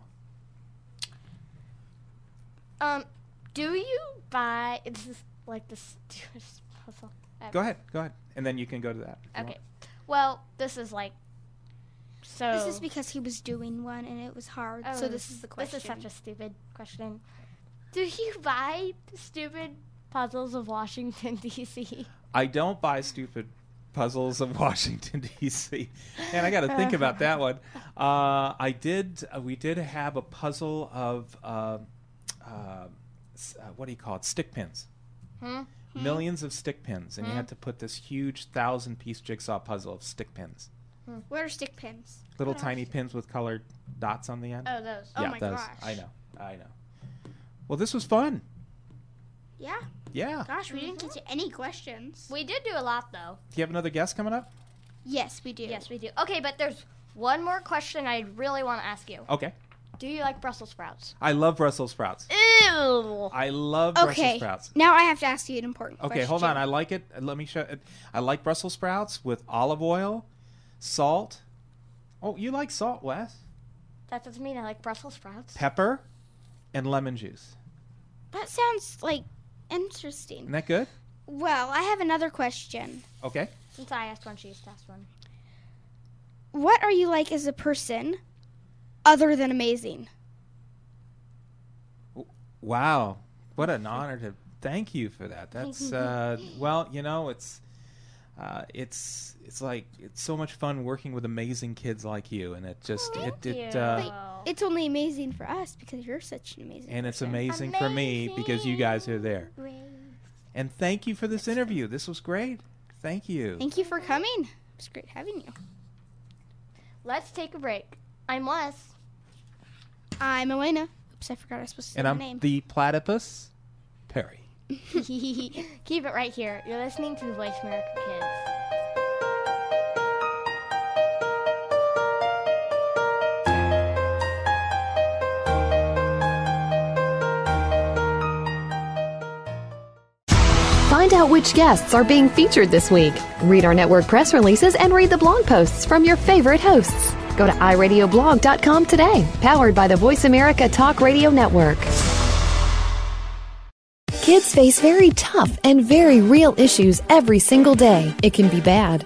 [SPEAKER 3] Um, do you buy? This is like the stupidest puzzle. ever.
[SPEAKER 4] go ahead, go ahead, and then you can go to that. if you
[SPEAKER 3] Okay.
[SPEAKER 4] want.
[SPEAKER 3] Well, this is like. So.
[SPEAKER 5] This is because he was doing one and it was hard.
[SPEAKER 3] Oh,
[SPEAKER 5] so this is the question.
[SPEAKER 3] This is such a stupid question. Do you buy stupid puzzles of Washington D.C.?
[SPEAKER 4] I don't buy stupid puzzles of Washington D.C. And I got to think about that one. Uh, I did. Uh, we did have a puzzle of uh, uh, s- uh, what do you call it? Stick pins. Millions of stick pins, and you had to put this huge thousand-piece jigsaw puzzle of stick pins.
[SPEAKER 5] What are stick pins?
[SPEAKER 4] Little tiny pins with colored dots on the end.
[SPEAKER 3] Oh, those.
[SPEAKER 5] oh
[SPEAKER 4] yeah,
[SPEAKER 5] my
[SPEAKER 4] those.
[SPEAKER 5] gosh.
[SPEAKER 4] I know. I know. Well, this was fun.
[SPEAKER 5] Yeah.
[SPEAKER 4] Yeah. Do
[SPEAKER 5] Gosh, we didn't get to any questions.
[SPEAKER 3] We did do a lot though.
[SPEAKER 4] you have another guest coming up?
[SPEAKER 5] Yes, we do.
[SPEAKER 3] Yes, we do. Okay, but there's one more question I really want to ask you.
[SPEAKER 4] Okay.
[SPEAKER 3] Do you like Brussels sprouts?
[SPEAKER 4] I love Brussels sprouts.
[SPEAKER 3] Ew.
[SPEAKER 4] I love Brussels
[SPEAKER 5] Okay.
[SPEAKER 4] sprouts.
[SPEAKER 5] Now I have to ask you an important
[SPEAKER 4] Okay,
[SPEAKER 5] question.
[SPEAKER 4] hold on. I like it. Let me show. uh, I like Brussels sprouts with olive oil, salt. Oh, you like salt, Wes?
[SPEAKER 3] That doesn't mean I like Brussels sprouts.
[SPEAKER 4] Pepper, and lemon juice.
[SPEAKER 5] that sounds like
[SPEAKER 4] Isn't
[SPEAKER 5] interesting.
[SPEAKER 4] that good?
[SPEAKER 5] Well, I have another question.
[SPEAKER 4] Okay.
[SPEAKER 3] Since I asked one, she used to ask one.
[SPEAKER 5] What are you like as a person other than amazing?
[SPEAKER 4] Wow, what an honor to thank you for that. That's uh, well, you know, it's uh, it's it's like it's so much fun working with amazing kids like you, and it just it it uh,
[SPEAKER 5] It's only amazing for us because you're such an amazing.
[SPEAKER 4] and it's
[SPEAKER 5] person.
[SPEAKER 4] amazing, for me because you guys are there. And thank you for this interview. This was great. Thank you.
[SPEAKER 5] Thank you for coming. It's great having you.
[SPEAKER 3] Let's take a break. I'm Wes.
[SPEAKER 5] I'm Elena. Oops, I forgot I was supposed to say
[SPEAKER 4] and
[SPEAKER 5] my
[SPEAKER 4] I'm
[SPEAKER 5] name.
[SPEAKER 4] the platypus, Perry.
[SPEAKER 3] Keep it right here. You're listening to the Voice America Kids.
[SPEAKER 2] Find out which guests are being featured this week. Read our network press releases and read the blog posts from your favorite hosts. Go to iradioblog.com today, powered by the Voice America Talk Radio Network. Kids face very tough and very real issues every single day. It can be bad.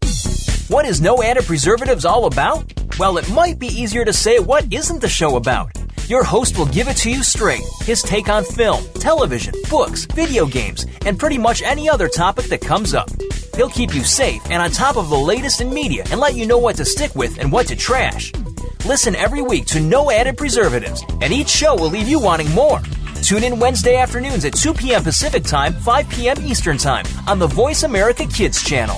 [SPEAKER 1] What is No Added Preservatives all about? Well, it might be easier to say what isn't the show about. Your host will give it to you straight his take on film, television, books, video games, and pretty much any other topic that comes up. He'll keep you safe and on top of the latest in media and let you know what to stick with and what to trash. Listen every week to No Added Preservatives, and each show will leave you wanting more. Tune in Wednesday afternoons at 2 p.m. Pacific Time, 5 p.m. Eastern Time on the Voice America Kids channel.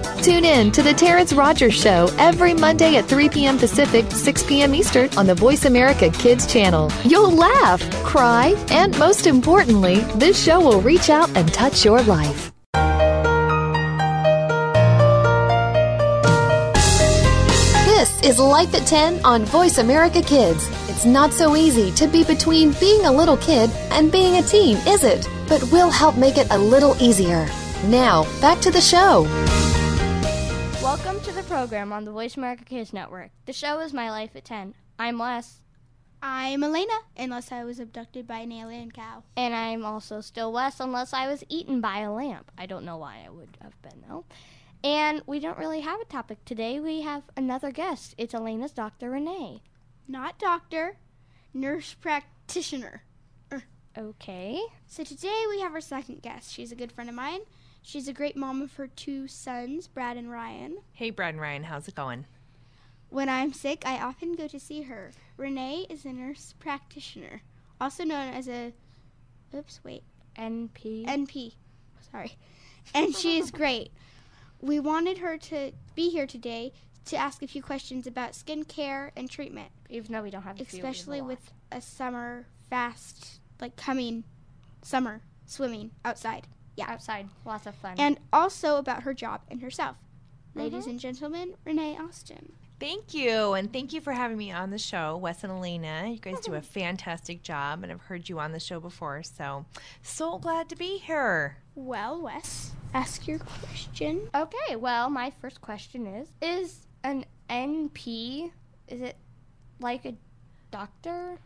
[SPEAKER 2] Tune in to The Terrence Rogers Show every Monday at 3 p.m. Pacific, 6 p.m. Eastern on the Voice America Kids channel. You'll laugh, cry, and most importantly, this show will reach out and touch your life. This is Life at 10 on Voice America Kids. It's not so easy to be between being a little kid and being a teen, is it? But we'll help make it a little easier. Now, back to the show.
[SPEAKER 3] Welcome to the program on the Voice America Kids Network. The show is My Life at 10. I'm Wes.
[SPEAKER 5] I'm Elena, unless I was abducted by an alien cow.
[SPEAKER 3] And I'm also still Wes, unless I was eaten by a lamp. I don't know why I would have been, though. And we don't really have a topic today. We have another guest. It's Elena's Dr. Renee.
[SPEAKER 5] Not doctor, nurse practitioner.
[SPEAKER 3] Okay.
[SPEAKER 5] So today we have our second guest. She's a good friend of mine. She's a great mom of her two sons, Brad and Ryan.
[SPEAKER 6] Hey, Brad and Ryan, how's it going?
[SPEAKER 5] When I'm sick, I often go to see her. Renee is a nurse practitioner, also known as a. Oops, wait.
[SPEAKER 3] NP.
[SPEAKER 5] NP. Sorry. And she is great. We wanted her to be here today to ask a few questions about skincare and treatment,
[SPEAKER 3] even though we don't have a few, we have a
[SPEAKER 5] especially
[SPEAKER 3] lot.
[SPEAKER 5] with a summer fast, like coming summer swimming outside. Yeah.
[SPEAKER 3] outside. Lots of fun.
[SPEAKER 5] And also about her job and herself. Ladies and gentlemen, Renee Austin.
[SPEAKER 6] Thank you, and thank you for having me on the show, Wes and Elena. You guys do a fantastic job, and I've heard you on the show before, so so glad to be here.
[SPEAKER 5] Well, Wes, ask your question.
[SPEAKER 3] Okay, well, my first question is Is an NP, is it like a doctor?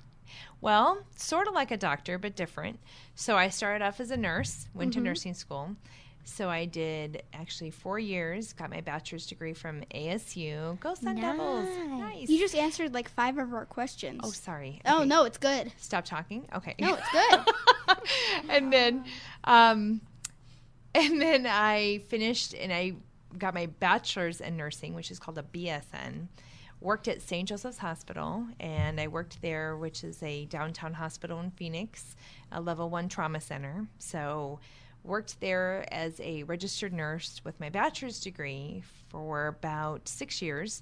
[SPEAKER 6] Well, sort of like a doctor, but different. So I started off as a nurse, went to nursing school. So I did actually four years, got my bachelor's degree from ASU. Go Sun Devils! Nice.
[SPEAKER 5] You just answered like five of our questions.
[SPEAKER 6] oh, sorry.
[SPEAKER 5] Oh,
[SPEAKER 6] Okay,
[SPEAKER 5] no, it's good.
[SPEAKER 6] Stop talking. Okay.
[SPEAKER 5] No, it's good.
[SPEAKER 6] and then um and then I finished and I got my bachelor's in nursing, which is called a BSN. Worked at St. Joseph's Hospital, and I worked there, which is a downtown hospital in Phoenix, a level one trauma center. So, worked there as a registered nurse with my bachelor's degree for about six years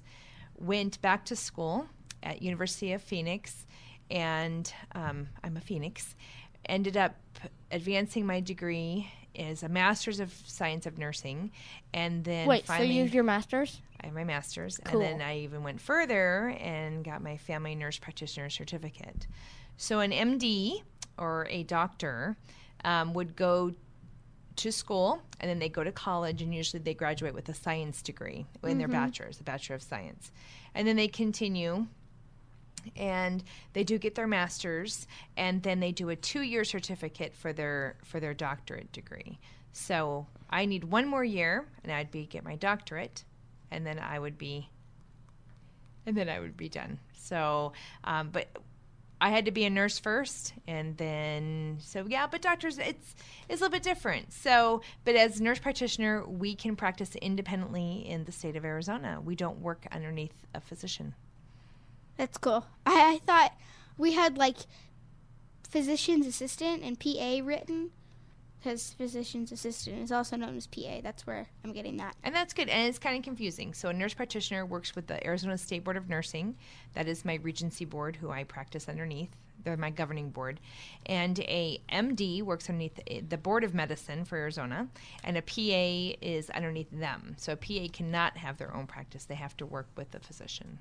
[SPEAKER 6] went back to school at University of Phoenix and um, I'm a Phoenix. Ended up advancing my degree is a master's of science of nursing, and then
[SPEAKER 3] Wait, so
[SPEAKER 6] finally
[SPEAKER 3] you have your master's?
[SPEAKER 6] I have my master's,
[SPEAKER 3] Cool.
[SPEAKER 6] and then I even went further and got my family nurse practitioner certificate. So an MD or a doctor um, would go to school and then they go to college and usually they graduate with a science degree in their
[SPEAKER 3] Mm-hmm.
[SPEAKER 6] bachelor's, a bachelor of science, and then they continue and they do get their masters and then they do a two-year certificate for their for their doctorate degree so i need one more year and i'd be get my doctorate and then i would be and then i would be done so um, but i had to be a nurse first and then so yeah but doctors it's it's a little bit different so but as nurse practitioner we can practice independently in the state of arizona we don't work underneath a physician
[SPEAKER 5] That's cool. I, I thought we had like physician's assistant and PA written because physician's assistant is also known as PA. That's where I'm getting that.
[SPEAKER 6] And that's good. And it's kind of confusing. So, a nurse practitioner works with the Arizona State Board of Nursing. That is my regency board, who I practice underneath. They're my governing board. And a MD works underneath eh, the Board of Medicine for Arizona. And a PA is underneath them. So, a PA cannot have their own practice. They have to work with the physician.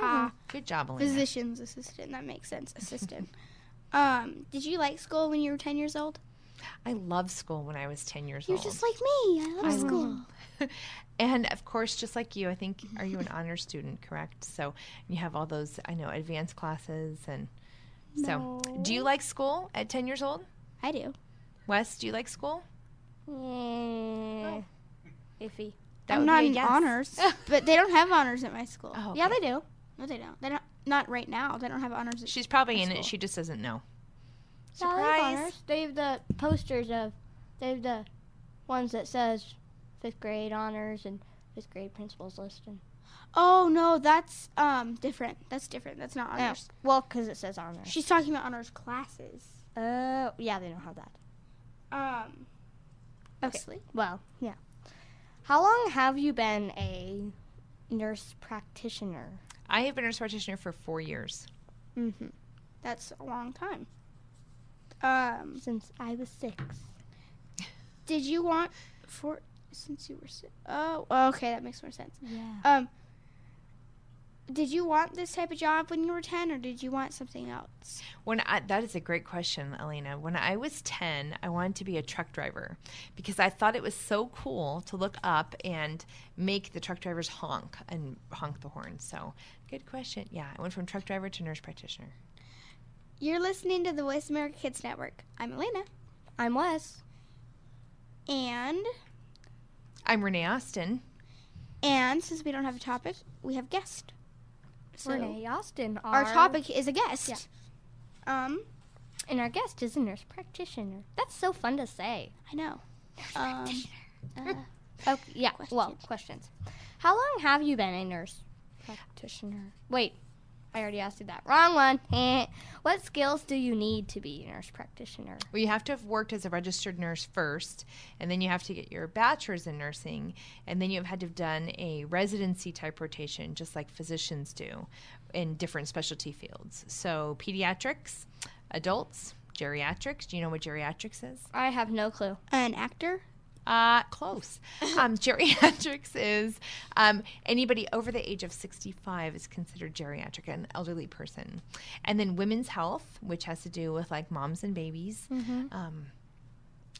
[SPEAKER 5] Ah,
[SPEAKER 6] Good job, Elena.
[SPEAKER 5] physician's assistant. That makes sense. Assistant. um, did you like school when you were 10 years old?
[SPEAKER 6] I loved school when I was 10 years
[SPEAKER 5] You're
[SPEAKER 6] old.
[SPEAKER 5] just like me. I love school.
[SPEAKER 6] and of course, just like you, I think, are you an honor student, correct? So you have all those, I know, advanced classes. And so, do you like school at 10 years old?
[SPEAKER 5] I do.
[SPEAKER 6] Wes, do you like school?
[SPEAKER 3] Mm, Eh, Iffy.
[SPEAKER 6] That
[SPEAKER 5] I'm
[SPEAKER 6] would
[SPEAKER 5] not
[SPEAKER 6] be a
[SPEAKER 5] in
[SPEAKER 6] guess.
[SPEAKER 5] honors, but they don't have honors at my school.
[SPEAKER 6] Oh,
[SPEAKER 3] Yeah, they do.
[SPEAKER 5] No, they don't. They don't. Not right now. They don't have honors. At,
[SPEAKER 6] She's probably
[SPEAKER 5] At
[SPEAKER 6] in
[SPEAKER 5] school.
[SPEAKER 6] it. She just doesn't know.
[SPEAKER 3] Yeah, they
[SPEAKER 6] Surprise.
[SPEAKER 3] have honors. They have the posters of, they have the ones that says fifth grade honors and fifth grade principals list. And,
[SPEAKER 5] oh no, that's um different. That's different. That's not
[SPEAKER 6] Oh.
[SPEAKER 3] no,
[SPEAKER 5] honors.
[SPEAKER 3] well, because it says honors.
[SPEAKER 5] She's talking about honors classes.
[SPEAKER 3] Oh, yeah, they don't have that.
[SPEAKER 5] Um.
[SPEAKER 3] Okay.
[SPEAKER 5] Leslie?
[SPEAKER 3] Well, yeah. How long have you been a nurse practitioner?
[SPEAKER 6] I have been a nurse practitioner for four years.
[SPEAKER 3] Mm-hmm.
[SPEAKER 5] That's a long time. Um.
[SPEAKER 3] Since I was six.
[SPEAKER 5] Did you want for since you were si Oh, okay, that makes more sense.
[SPEAKER 3] Yeah.
[SPEAKER 5] Um. Did you want this type of job when you were ten, or did you want something else?
[SPEAKER 6] When I, that is a great question, Elena. When I was 10, I wanted to be a truck driver because I thought it was so cool to look up and make the truck drivers honk and honk the horn. So, good question. Yeah, I went from truck driver to nurse practitioner.
[SPEAKER 5] You're listening to the Voice America Kids Network. I'm Elena,
[SPEAKER 3] I'm Wes.
[SPEAKER 5] and
[SPEAKER 6] I'm Renee Austin.
[SPEAKER 5] and since we don't have a topic, we have guest. So
[SPEAKER 3] Renee Austin.
[SPEAKER 5] our topic is a guest. Um,
[SPEAKER 3] and our guest is a nurse practitioner. That's so fun to say.
[SPEAKER 5] I know. Um,
[SPEAKER 3] Oh yeah. Well, questions. How long have you been a nurse practitioner? Wait, I already asked you that. Wrong one. Eh. what skills do you need to be a nurse practitioner?
[SPEAKER 6] Well, you have to have worked as a registered nurse first, and then you have to get your bachelor's in nursing, and then you have had to have done a residency type rotation, just like physicians do in different specialty fields. So, pediatrics, adults, geriatrics. Do you know what geriatrics is?
[SPEAKER 3] I have no clue.
[SPEAKER 5] an actor.
[SPEAKER 6] Uh, close. Um, geriatrics is um, anybody over the age of 65 is considered geriatric, an elderly person. And then women's health, which has to do with like moms and babies. Um,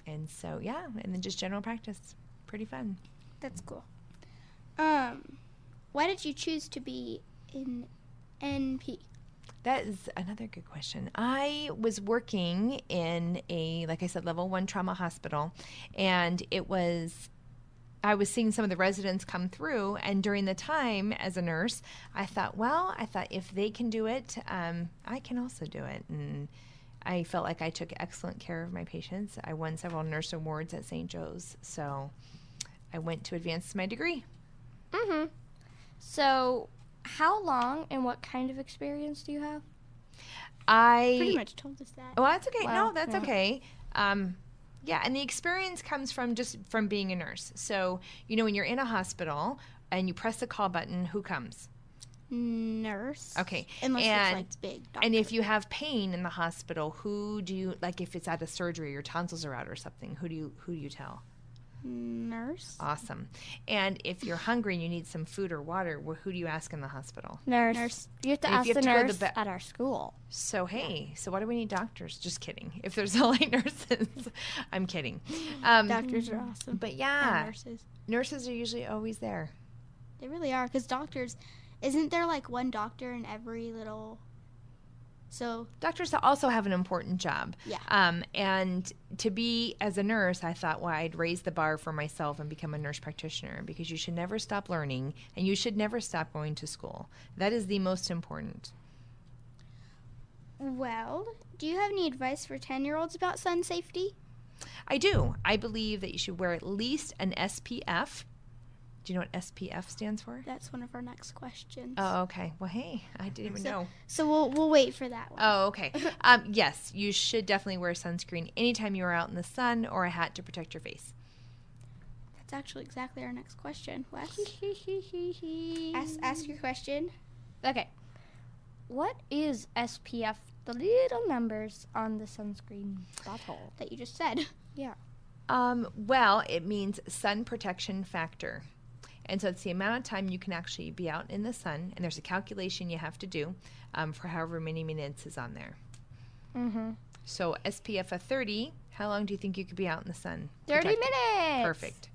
[SPEAKER 6] and so, yeah, and then just general practice. Pretty fun.
[SPEAKER 5] That's cool. Um, why did you choose to be in NP?
[SPEAKER 6] That is another good question. I was working in a, like I said, level one trauma hospital, and it was, I was seeing some of the residents come through. And during the time as a nurse, I thought, well, I thought if they can do it, um, I can also do it. And I felt like I took excellent care of my patients. I won several nurse awards at St. Joe's. So I went to advance my degree.
[SPEAKER 3] Mm-hmm. So, how long and what kind of experience do you have?
[SPEAKER 6] I
[SPEAKER 5] Pretty much told us that.
[SPEAKER 6] Well, Oh, that's okay.
[SPEAKER 3] Wow.
[SPEAKER 6] No, that's
[SPEAKER 3] Yeah.
[SPEAKER 6] okay. Um, yeah, and the experience comes from just from being a nurse. So you know, when you're in a hospital and you press the call button, who comes?
[SPEAKER 5] nurse.
[SPEAKER 6] Okay.
[SPEAKER 5] Unless
[SPEAKER 6] and
[SPEAKER 5] it's like big.
[SPEAKER 6] and if you have pain in the hospital, who do you like if it's at a surgery your tonsils are out or something, who do you who do you tell?
[SPEAKER 5] nurse,
[SPEAKER 6] Awesome. And if you're hungry and you need some food or water, wh- who do you ask in the hospital?
[SPEAKER 3] Nurse. You have to
[SPEAKER 6] And if
[SPEAKER 3] ask
[SPEAKER 6] you
[SPEAKER 3] the
[SPEAKER 6] have to go to
[SPEAKER 3] nurse
[SPEAKER 6] the ba-
[SPEAKER 3] at our school.
[SPEAKER 6] So hey, so why do we need doctors? Just kidding. If there's only nurses, I'm kidding. Um,
[SPEAKER 5] doctors are awesome.
[SPEAKER 6] but
[SPEAKER 5] And
[SPEAKER 6] yeah,
[SPEAKER 5] Mm-hmm. nurses,
[SPEAKER 6] nurses are usually always there.
[SPEAKER 5] they really are because doctors, isn't there like one doctor in every little? So
[SPEAKER 6] Doctors also have an important job.
[SPEAKER 5] Yeah.
[SPEAKER 6] Um, and to be as a nurse, I thought, well, I'd raise the bar for myself and become a nurse practitioner because you should never stop learning and you should never stop going to school. That is the most important.
[SPEAKER 5] well, do you have any advice for ten-year-olds about sun safety?
[SPEAKER 6] I do. I believe that you should wear at least an SPF. Do you know what SPF stands for?
[SPEAKER 5] That's one of our next questions.
[SPEAKER 6] Oh, okay. Well, hey, I didn't even know.
[SPEAKER 5] So we'll we'll wait for that one.
[SPEAKER 6] Oh, okay. Um, yes, you should definitely wear sunscreen anytime you are out in the sun or a hat to protect your face.
[SPEAKER 5] That's actually exactly our next question, Wes. ask ask your question.
[SPEAKER 3] Okay. What is SPF? The little numbers on the sunscreen bottle.
[SPEAKER 5] that you just said.
[SPEAKER 6] Um, well, it means sun protection factor. And so it's the amount of time you can actually be out in the sun, and there's a calculation you have to do um, for however many minutes is on there.
[SPEAKER 3] Mm-hmm.
[SPEAKER 6] So SPF of 30, how long do you think you could be out in the sun?
[SPEAKER 3] 30
[SPEAKER 6] protected?
[SPEAKER 3] minutes.
[SPEAKER 6] Perfect.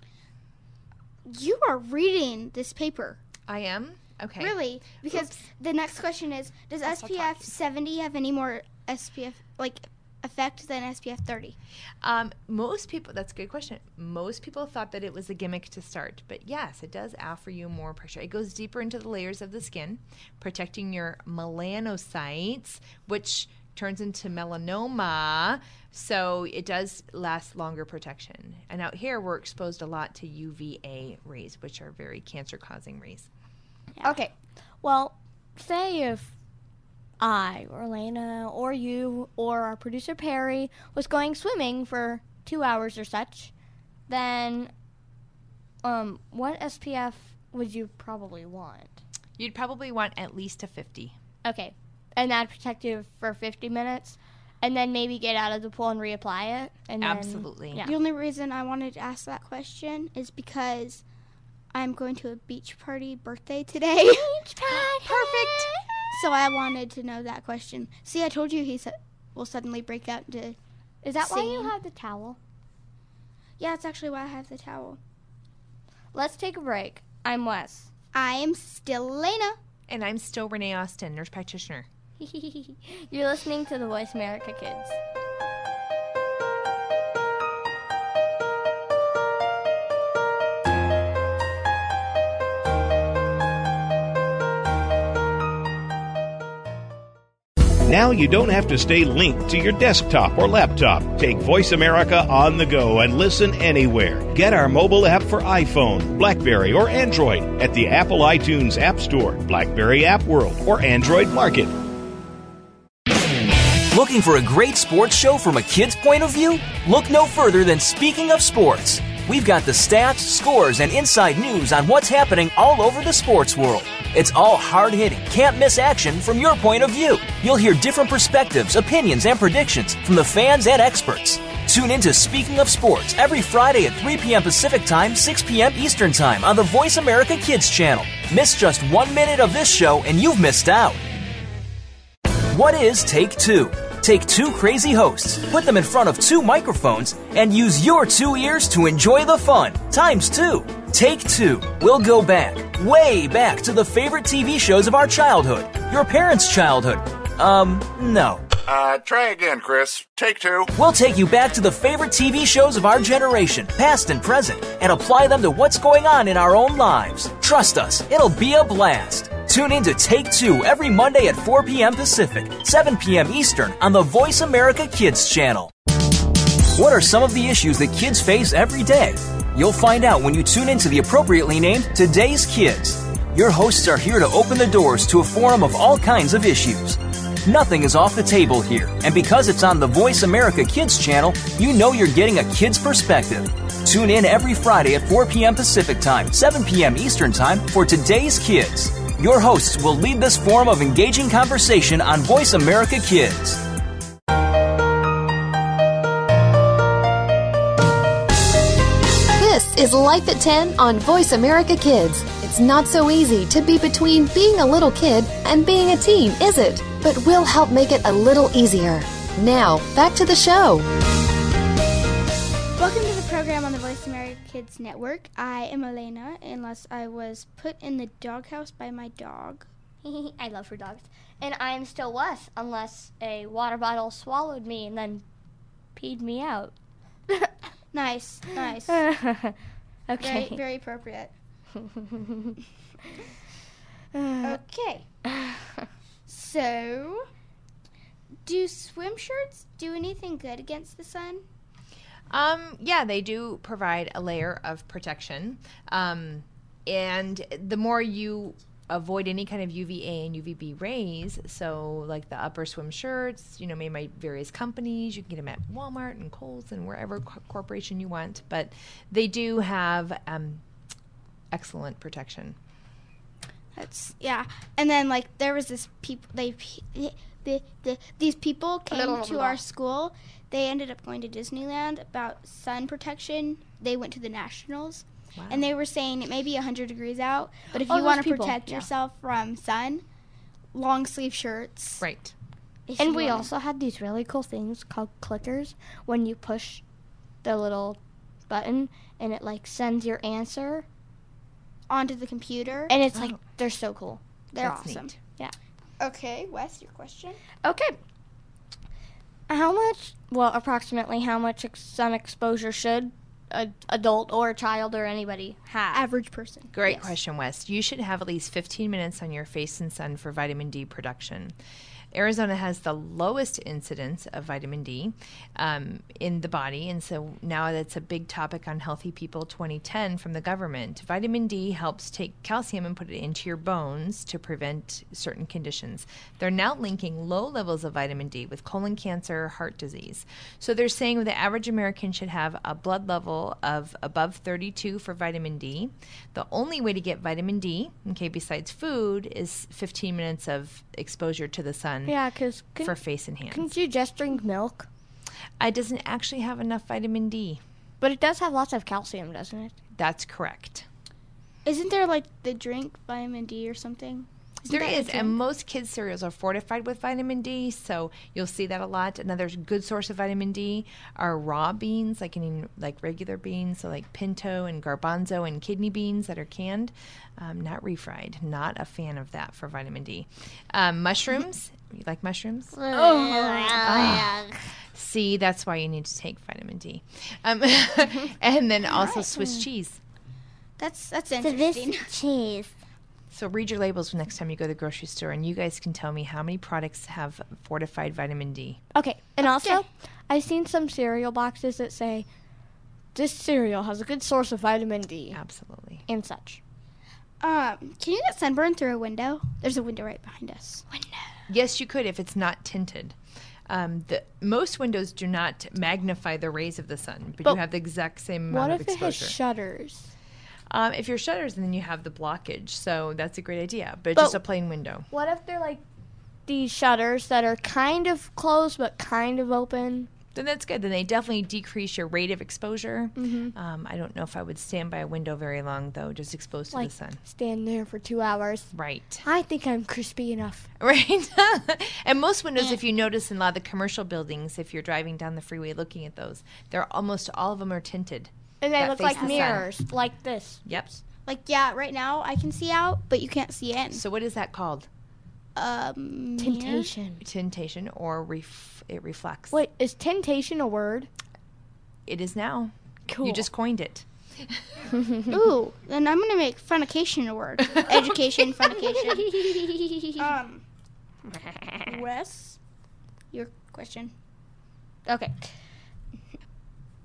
[SPEAKER 5] You are reading this paper.
[SPEAKER 6] I am? Okay.
[SPEAKER 5] Really? Because the next question is Does
[SPEAKER 6] I'll stop
[SPEAKER 5] SPF
[SPEAKER 6] talking. 70
[SPEAKER 5] 70 have any more SPF, like, effect than SPF 30?
[SPEAKER 6] Um, most people, that's a good question. Most people thought that it was a gimmick to start, but yes, it does offer you more pressure. It goes deeper into the layers of the skin, protecting your melanocytes, which turns into melanoma. So it does last longer protection. And out here, we're exposed a lot to UVA rays, which are very cancer causing rays.
[SPEAKER 3] Okay. Well, say if I or Lena or you or our producer Perry was going swimming for two hours or such, then um, what SPF would you probably want?
[SPEAKER 6] You'd probably want at least a 50.
[SPEAKER 3] Okay. And that protective for 50 minutes, and then maybe get out of the pool and reapply it. And then-
[SPEAKER 6] Absolutely.
[SPEAKER 3] yeah.
[SPEAKER 5] The only reason I wanted to ask that question is because I'm going to a beach party birthday today. Beach party! Perfect! So I wanted to know that question. See, I told you he su- will suddenly break out into.
[SPEAKER 3] Is that why you
[SPEAKER 5] Same.
[SPEAKER 3] have the towel?
[SPEAKER 5] Yeah, that's actually why I have the towel.
[SPEAKER 3] Let's take a break. I'm Wes.
[SPEAKER 5] I am still Lena.
[SPEAKER 6] And I'm still Renee Austin, nurse practitioner.
[SPEAKER 3] You're listening to the Voice America Kids.
[SPEAKER 7] Now you don't have to stay linked to your desktop or laptop. Take Voice America on the go and listen anywhere. Get our mobile app for iPhone, Blackberry, or Android at the Apple iTunes App Store, Blackberry App World, or Android Market.
[SPEAKER 1] Looking for a great sports show from a kid's point of view? Look no further than Speaking of Sports. We've got the stats, scores, and inside news on what's happening all over the sports world. It's all hard hitting, can't miss action from your point of view. You'll hear different perspectives, opinions, and predictions from the fans and experts. Tune into Speaking of Sports every Friday at 3 p.m. Pacific Time, 6 p.m. Eastern Time on the Voice America Kids channel. Miss just one minute of this show and you've missed out. What is Take Two? Take two crazy hosts, put them in front of two microphones, and use your two ears to enjoy the fun. Times two. Take two. We'll go back, way back to the favorite TV shows of our childhood, your parents' childhood. Um, no.
[SPEAKER 8] Uh, try again, Chris. Take two.
[SPEAKER 1] We'll take you back to the favorite TV shows of our generation, past and present, and apply them to what's going on in our own lives. Trust us, it'll be a blast. Tune in to Take Two every Monday at 4 p.m. Pacific, 7 p.m. Eastern on the Voice America Kids channel. What are some of the issues that kids face every day? You'll find out when you tune into the appropriately named Today's Kids. Your hosts are here to open the doors to a forum of all kinds of issues. Nothing is off the table here, and because it's on the Voice America Kids channel, you know you're getting a kid's perspective. Tune in every Friday at 4 p.m. Pacific Time, 7 p.m. Eastern Time for Today's Kids. Your hosts will lead this form of engaging conversation on Voice America Kids.
[SPEAKER 2] This is Life at 10 on Voice America Kids. It's not so easy to be between being a little kid and being a teen, is it? But we'll help make it a little easier. Now, back to the show.
[SPEAKER 5] Welcome to the program on the Voice America Kids Network. I am Elena, unless I was put in the doghouse by my dog.
[SPEAKER 3] I love her dogs. And I am still Wes, unless a water bottle swallowed me and then peed me out.
[SPEAKER 5] Nice, nice.
[SPEAKER 3] okay.
[SPEAKER 5] Very, very appropriate. Okay. So, do swim shirts do anything good against the sun?
[SPEAKER 6] Um, yeah, they do provide a layer of protection. Um, and the more you avoid any kind of UVA and UVB rays, so like the upper swim shirts, you know, made by various companies, you can get them at Walmart and Kohl's and wherever co- corporation you want, but they do have um, excellent protection.
[SPEAKER 5] That's yeah. And then like there was this people they, pe- the, the, these people came to our school. They ended up going to Disneyland about sun protection. They went to the nationals, and they were saying it may be hundred degrees out, but if
[SPEAKER 3] Oh,
[SPEAKER 5] you
[SPEAKER 3] those
[SPEAKER 5] want to
[SPEAKER 3] people.
[SPEAKER 5] protect
[SPEAKER 3] Yeah.
[SPEAKER 5] yourself from sun, long sleeve shirts.
[SPEAKER 6] Right.
[SPEAKER 5] if
[SPEAKER 3] And
[SPEAKER 5] you
[SPEAKER 3] we
[SPEAKER 5] wanna-
[SPEAKER 3] also had these really cool things called clickers when you push the little button and it like sends your answer
[SPEAKER 5] onto the computer.
[SPEAKER 3] and it's like they're so cool.
[SPEAKER 5] They're
[SPEAKER 6] That's
[SPEAKER 5] awesome.
[SPEAKER 6] neat.
[SPEAKER 5] Okay, Wes, your question.
[SPEAKER 3] Okay. How much, well, approximately how much ex- sun exposure should a adult or a child or anybody have?
[SPEAKER 5] Average person.
[SPEAKER 6] Great question, Wes. You should have at least 15 minutes on your face and sun for vitamin D production. Arizona has the lowest incidence of vitamin D um, in the body, and so now that's a big topic on Healthy People 2010 from the government. Vitamin D helps take calcium and put it into your bones to prevent certain conditions. They're now linking low levels of vitamin D with colon cancer, heart disease. So they're saying the average American should have a blood level of above 32 for vitamin D. The only way to get vitamin D, okay, besides food, is 15 minutes of exposure to the sun
[SPEAKER 3] Yeah, because
[SPEAKER 6] for face and hands.
[SPEAKER 3] couldn't you just drink milk?
[SPEAKER 6] I doesn't actually have enough vitamin D.
[SPEAKER 3] But it does have lots of calcium, doesn't it?
[SPEAKER 6] That's correct.
[SPEAKER 5] Isn't there like the drink vitamin D or something?
[SPEAKER 6] There is, and most kids' cereals are fortified with vitamin D, so you'll see that a lot. Another good source of vitamin D are raw beans, like any like regular beans, so like pinto and garbanzo and kidney beans that are canned, um, not refried. Not a fan of that for vitamin D. Um, mushrooms, you like mushrooms?
[SPEAKER 5] Oh,
[SPEAKER 6] See, that's why you need to take vitamin D, um, and then also Swiss cheese.
[SPEAKER 5] That's that's interesting.
[SPEAKER 9] cheese.
[SPEAKER 6] So read your labels next time you go to the grocery store, and you guys can tell me how many products have fortified vitamin D.
[SPEAKER 3] Okay, and also, I've seen some cereal boxes that say, this cereal has a good source of vitamin D
[SPEAKER 6] Absolutely.
[SPEAKER 3] and such.
[SPEAKER 5] Um, can you get sunburn through a window? There's a window right behind us. Window.
[SPEAKER 6] Yes, you could if it's not tinted. Um, the, most windows do not magnify the rays of the sun, but, you have the exact same amount
[SPEAKER 3] What
[SPEAKER 6] of
[SPEAKER 3] if it has
[SPEAKER 6] exposure.
[SPEAKER 3] shutters?
[SPEAKER 6] um, if your shutters, then you have the blockage. So that's a great idea, but, just a plain window.
[SPEAKER 3] What if they're like these shutters that are kind of closed but kind of open?
[SPEAKER 6] Then that's good. Then they definitely decrease your rate of exposure.
[SPEAKER 3] Mm-hmm.
[SPEAKER 6] Um, I don't know if I would stand by a window very long, though, just exposed to
[SPEAKER 3] Like
[SPEAKER 6] the sun.
[SPEAKER 3] stand there for two hours.
[SPEAKER 6] Right.
[SPEAKER 3] I think I'm crispy enough.
[SPEAKER 6] Right. and most windows, if you notice in a lot of the commercial buildings, if you're driving down the freeway looking at those, they're almost all of them are tinted.
[SPEAKER 3] And they
[SPEAKER 6] That
[SPEAKER 3] look
[SPEAKER 6] face
[SPEAKER 3] like
[SPEAKER 6] the sun.
[SPEAKER 3] mirrors, like this.
[SPEAKER 6] Yep.
[SPEAKER 5] Like yeah, right now I can see out, but you can't see in.
[SPEAKER 6] So what is that called?
[SPEAKER 5] Um,
[SPEAKER 3] Temptation.
[SPEAKER 6] Tintation or ref- it reflects.
[SPEAKER 3] Wait, is temptation a word?
[SPEAKER 6] It is now.
[SPEAKER 3] Cool.
[SPEAKER 6] You just coined it.
[SPEAKER 5] ooh, then I'm gonna make funication a word. Education, funication. um, Wes, your question.
[SPEAKER 3] Okay.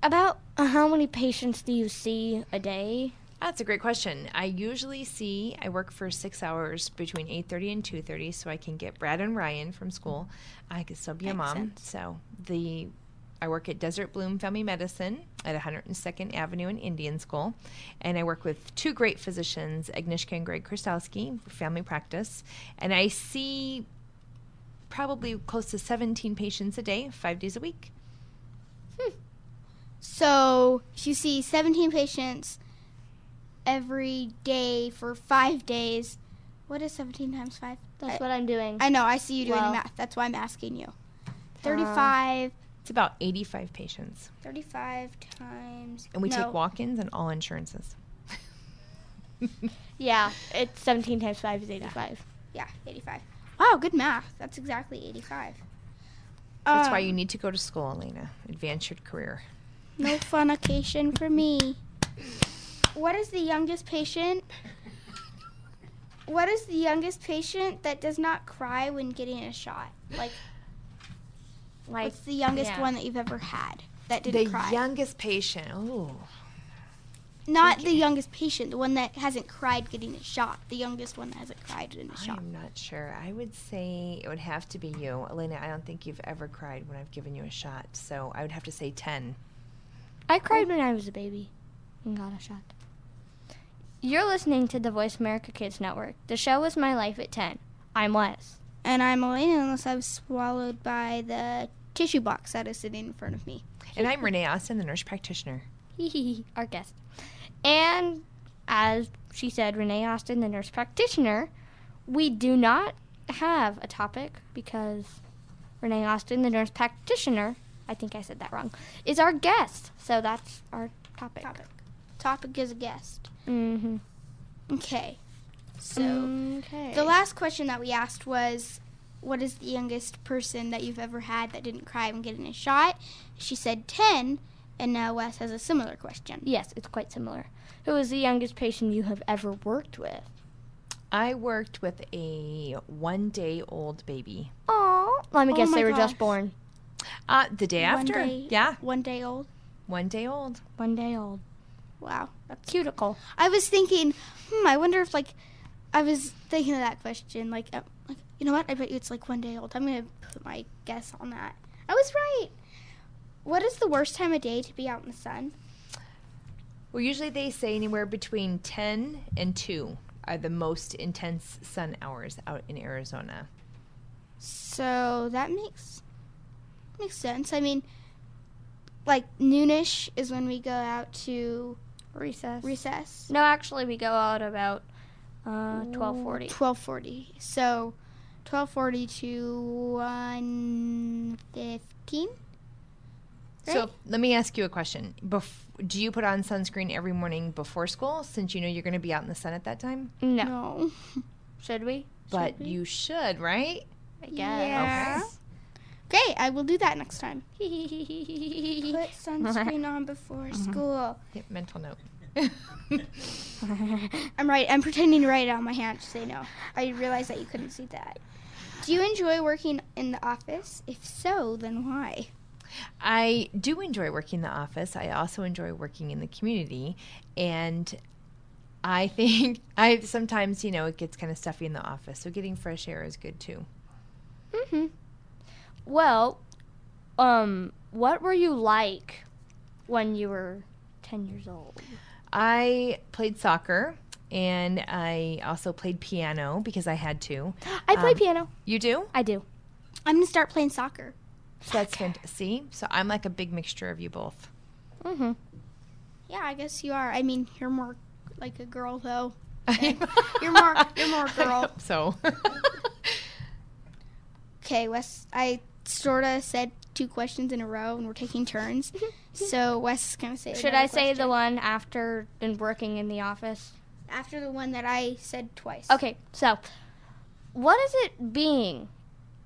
[SPEAKER 3] About uh, how many patients do you see a day?
[SPEAKER 6] That's a great question. I usually see I work for six hours between eight thirty and two thirty, so I can get Brad and Ryan from school. I can still be a mom. So the I work at Desert Bloom Family Medicine at 102nd Avenue and Indian School, and I work with two great physicians, Agnieszka and Greg Krystowski, for family practice, and I see probably close to 17 patients a day, five days a week.
[SPEAKER 5] So if you see 17 patients every day for five days, what is 17 times five?
[SPEAKER 3] That's
[SPEAKER 5] I-
[SPEAKER 3] what I'm doing.
[SPEAKER 5] I know. I see you doing
[SPEAKER 3] Well-
[SPEAKER 5] math. That's why I'm asking you. 35,
[SPEAKER 6] It's about 85 patients,
[SPEAKER 5] 35 times.
[SPEAKER 6] and we
[SPEAKER 5] no.
[SPEAKER 6] take walk-ins and all insurances.
[SPEAKER 3] yeah, it's 17 times 5 is 85.
[SPEAKER 5] Yeah, 85. Wow, good math. That's exactly 85.
[SPEAKER 6] That's why
[SPEAKER 5] Um,
[SPEAKER 6] you need to go to school, Elena. Advance your career.
[SPEAKER 5] No funnication for me. What is the youngest patient? What is the youngest patient that does not cry when getting a shot? Like,
[SPEAKER 3] Like,
[SPEAKER 5] what's the youngest
[SPEAKER 3] yeah.
[SPEAKER 5] one that you've ever had that didn't
[SPEAKER 6] the
[SPEAKER 5] cry?
[SPEAKER 6] youngest patient. Oh,
[SPEAKER 5] not the youngest patient, the one that hasn't cried getting a shot. The youngest one that hasn't cried in a shot.
[SPEAKER 6] I'm not sure. I would say it would have to be you, Elena. I don't think you've ever cried when I've given you a shot, so I would have to say ten.
[SPEAKER 3] I cried when I was a baby and got a shot. You're listening to the Voice America Kids Network. The show is my life at 10. I'm Wes.
[SPEAKER 5] And I'm Elena, unless I was swallowed by the tissue box that is sitting in front of me.
[SPEAKER 6] And I'm Renee Austin, the nurse practitioner.
[SPEAKER 3] our guest. And as she said, Renee Austin, the nurse practitioner, we do not have a topic because Renee Austin, the nurse practitioner, I think I said that wrong, is our guest. So that's our topic.
[SPEAKER 5] Topic. Topic is a guest.
[SPEAKER 3] Mm-hmm.
[SPEAKER 5] Okay. So.
[SPEAKER 3] Okay.
[SPEAKER 5] The last question that we asked was, "What is the youngest person that you've ever had that didn't cry when getting a shot?" She said ten, and now Wes has a similar question.
[SPEAKER 3] yes, it's quite similar. Who is the youngest patient you have ever worked with?
[SPEAKER 6] I worked with a one-day-old baby.
[SPEAKER 3] Oh, let me
[SPEAKER 5] Oh
[SPEAKER 3] guess
[SPEAKER 5] my
[SPEAKER 3] they were just
[SPEAKER 5] gosh.
[SPEAKER 3] born.
[SPEAKER 6] Uh, the day after.
[SPEAKER 5] one day,
[SPEAKER 6] Yeah,
[SPEAKER 5] one day old.
[SPEAKER 6] one day old.
[SPEAKER 3] One day old.
[SPEAKER 5] Wow, that's
[SPEAKER 3] Cuticle.
[SPEAKER 5] I was thinking, hmm, I wonder if like, I was thinking of that question, like, uh, like you know what? I bet you it's like one day old. I'm gonna put my guess on that. I was right. What is the worst time of day to be out in the sun?
[SPEAKER 6] Well, usually they say anywhere between 10 and 2 are the most intense sun hours out in Arizona.
[SPEAKER 5] So that makes makes sense. I mean, like noonish is when we go out to
[SPEAKER 3] Recess.
[SPEAKER 5] recess.
[SPEAKER 3] No, actually, we go out about uh, twelve forty.
[SPEAKER 5] Twelve forty. So twelve forty to one fifteen.
[SPEAKER 6] So let me ask you a question. Bef- do you put on sunscreen every morning before school since you know you're going to be out in the sun at that time?
[SPEAKER 3] No.
[SPEAKER 5] No.
[SPEAKER 3] should we?
[SPEAKER 6] But you should, right?
[SPEAKER 3] I
[SPEAKER 5] Yeah.
[SPEAKER 3] guess.
[SPEAKER 5] Okay, I will do that next time.
[SPEAKER 3] Yeah.
[SPEAKER 5] Put sunscreen on before
[SPEAKER 3] Mm-hmm.
[SPEAKER 5] school.
[SPEAKER 6] Yep, mental note.
[SPEAKER 5] I'm right. I'm pretending to write it on my hand to say no. I realized that you couldn't see that. Do you enjoy working in the office? If so, then why?
[SPEAKER 6] I do enjoy working in the office. I also enjoy working in the community. And I think I sometimes, you know, it gets kind of stuffy in the office. So getting fresh air is good too.
[SPEAKER 3] well, um, what were you like when you were ten years old?
[SPEAKER 6] I played soccer and I also played piano because I had to.
[SPEAKER 3] I
[SPEAKER 6] Um,
[SPEAKER 3] play piano.
[SPEAKER 6] You do?
[SPEAKER 3] I do.
[SPEAKER 5] I'm gonna start playing soccer.
[SPEAKER 6] So that's fantastic. See? So I'm like a big mixture of you both.
[SPEAKER 5] Yeah, I guess you are. I mean, you're more like a girl though. You're more you're more
[SPEAKER 6] I
[SPEAKER 5] girl.
[SPEAKER 6] hope so.
[SPEAKER 5] Okay, Wes. I sorta said two questions in a row, and we're taking turns. so Wes is gonna say.
[SPEAKER 3] Should
[SPEAKER 5] another
[SPEAKER 3] I say the
[SPEAKER 5] question
[SPEAKER 3] one after and working in the office?
[SPEAKER 5] after the one that I said twice?
[SPEAKER 3] Okay, so what is it being?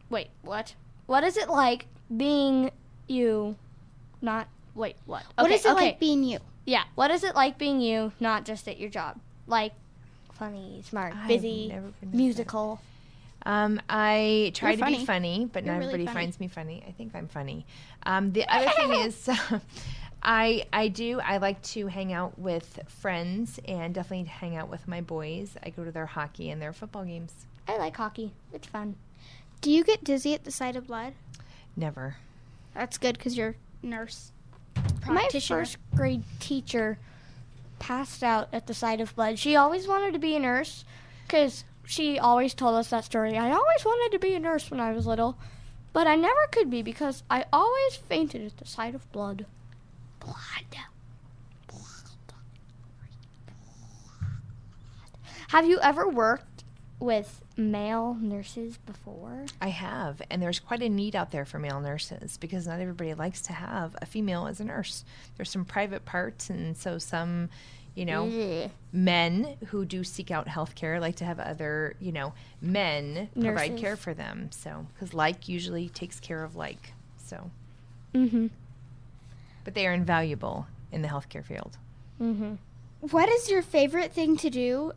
[SPEAKER 3] Wait, what? What is it like being you? Not wait, what? Okay,
[SPEAKER 5] What is it
[SPEAKER 3] okay.
[SPEAKER 5] like being you?
[SPEAKER 3] yeah, what is it like being you? Not just at your job, like funny, smart,
[SPEAKER 6] I've
[SPEAKER 3] busy,
[SPEAKER 6] never been to
[SPEAKER 3] musical.
[SPEAKER 6] Um, I try
[SPEAKER 5] You're
[SPEAKER 6] to
[SPEAKER 5] funny.
[SPEAKER 6] be funny, but
[SPEAKER 5] You're
[SPEAKER 6] not
[SPEAKER 5] really
[SPEAKER 6] everybody
[SPEAKER 5] funny.
[SPEAKER 6] finds me funny. I think I'm funny. Um, the other thing is, I I do I like to hang out with friends and definitely hang out with my boys. I go to their hockey and their football games.
[SPEAKER 3] I like hockey. It's fun.
[SPEAKER 5] Do you get dizzy at the sight of blood?
[SPEAKER 6] Never.
[SPEAKER 5] That's good because you're nurse.
[SPEAKER 3] My
[SPEAKER 5] Practitioner.
[SPEAKER 3] first grade teacher passed out at the sight of blood. She always wanted to be a nurse because she always told us that story. I always wanted to be a nurse when I was little, but I never could be because I always fainted at the sight of blood. Blood. Blood. Have you ever worked with male nurses before?
[SPEAKER 6] I have, and there's quite a need out there for male nurses because not everybody likes to have a female as a nurse. There's some private parts, and so some, you know,
[SPEAKER 3] Mm.
[SPEAKER 6] men who do seek out healthcare like to have other, you know, men provide
[SPEAKER 3] Nurses.
[SPEAKER 6] care for them. So, because like usually takes care of like, so. Mm-hmm. But they are invaluable in the healthcare field.
[SPEAKER 5] What is your favorite thing to do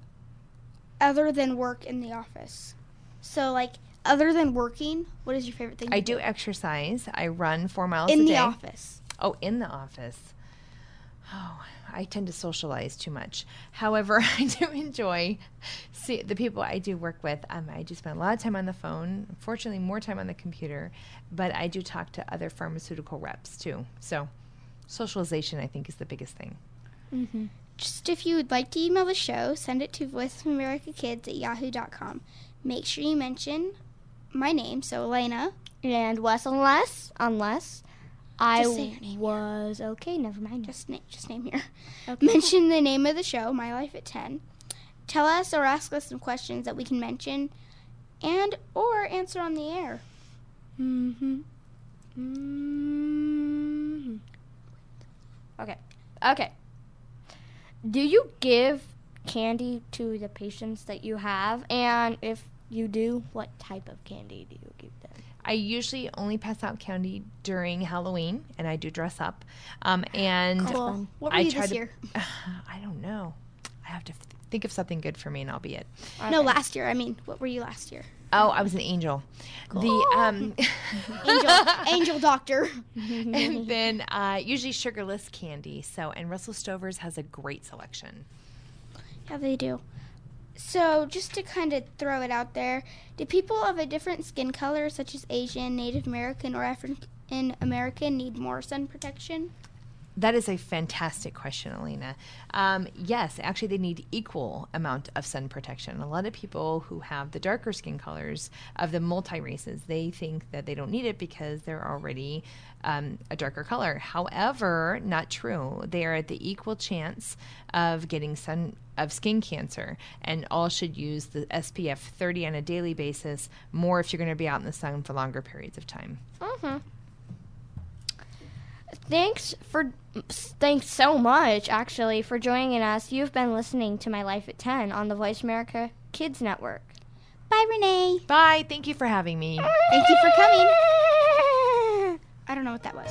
[SPEAKER 5] other than work in the office? So, like, other than working, what is your favorite thing?
[SPEAKER 6] I
[SPEAKER 5] to
[SPEAKER 6] do exercise. I run four miles
[SPEAKER 5] in
[SPEAKER 6] a
[SPEAKER 5] the
[SPEAKER 6] day.
[SPEAKER 5] office.
[SPEAKER 6] Oh, in the office. Oh, I tend to socialize too much. However, I do enjoy see the people I do work with. Um, I do spend a lot of time on the phone. Unfortunately, more time on the computer, but I do talk to other pharmaceutical reps too. So, socialization I think is the biggest thing.
[SPEAKER 5] Just if you would like to email the show, send it to voiceofamericakids at yahoo.com. Make sure you mention my name, so Elena.
[SPEAKER 3] And was unless unless I
[SPEAKER 5] Just say your name, yeah.
[SPEAKER 3] was okay, never mind.
[SPEAKER 5] Just name, just name here. Mention the name of the show, My Life at 10. Tell us or ask us some questions that we can mention and or answer on the air.
[SPEAKER 3] Mm-hmm. hmm Okay. Okay. Do you give candy to the patients that you have? And if you do, what type of candy do you give them?
[SPEAKER 6] I usually only pass out candy during Halloween, and I do dress up. Um, and
[SPEAKER 5] Cool. What were
[SPEAKER 6] I
[SPEAKER 5] you
[SPEAKER 6] try
[SPEAKER 5] this
[SPEAKER 6] to-
[SPEAKER 5] year?
[SPEAKER 6] I don't know. I have to f- think of something good for me, and I'll be it.
[SPEAKER 5] No, last year. I mean, what were you last year?
[SPEAKER 6] Oh, I was an angel. The um,
[SPEAKER 5] Angel, angel doctor.
[SPEAKER 6] and then uh, usually sugarless candy. So, and Russell Stover's has a great selection.
[SPEAKER 5] Yeah, they do. So, just to kind of throw it out there, do people of a different skin color, such as Asian, Native American, or African American, need more sun protection?
[SPEAKER 6] That is a fantastic question, Elena. Um, yes, actually, they need equal amount of sun protection. A lot of people who have the darker skin colors of the multi races, they think that they don't need it because they're already um, a darker color. However, not true. They are at the equal chance of getting sun of skin cancer, and all should use the SPF 30 on a daily basis. More if you're going to be out in the sun for longer periods of time.
[SPEAKER 3] Thanks for thanks so much actually for joining us. You've been listening to My Life at 10 on the Voice America Kids Network.
[SPEAKER 5] Bye, Renee.
[SPEAKER 6] Bye. Thank you for having me.
[SPEAKER 5] Thank you for coming. I don't know what that was.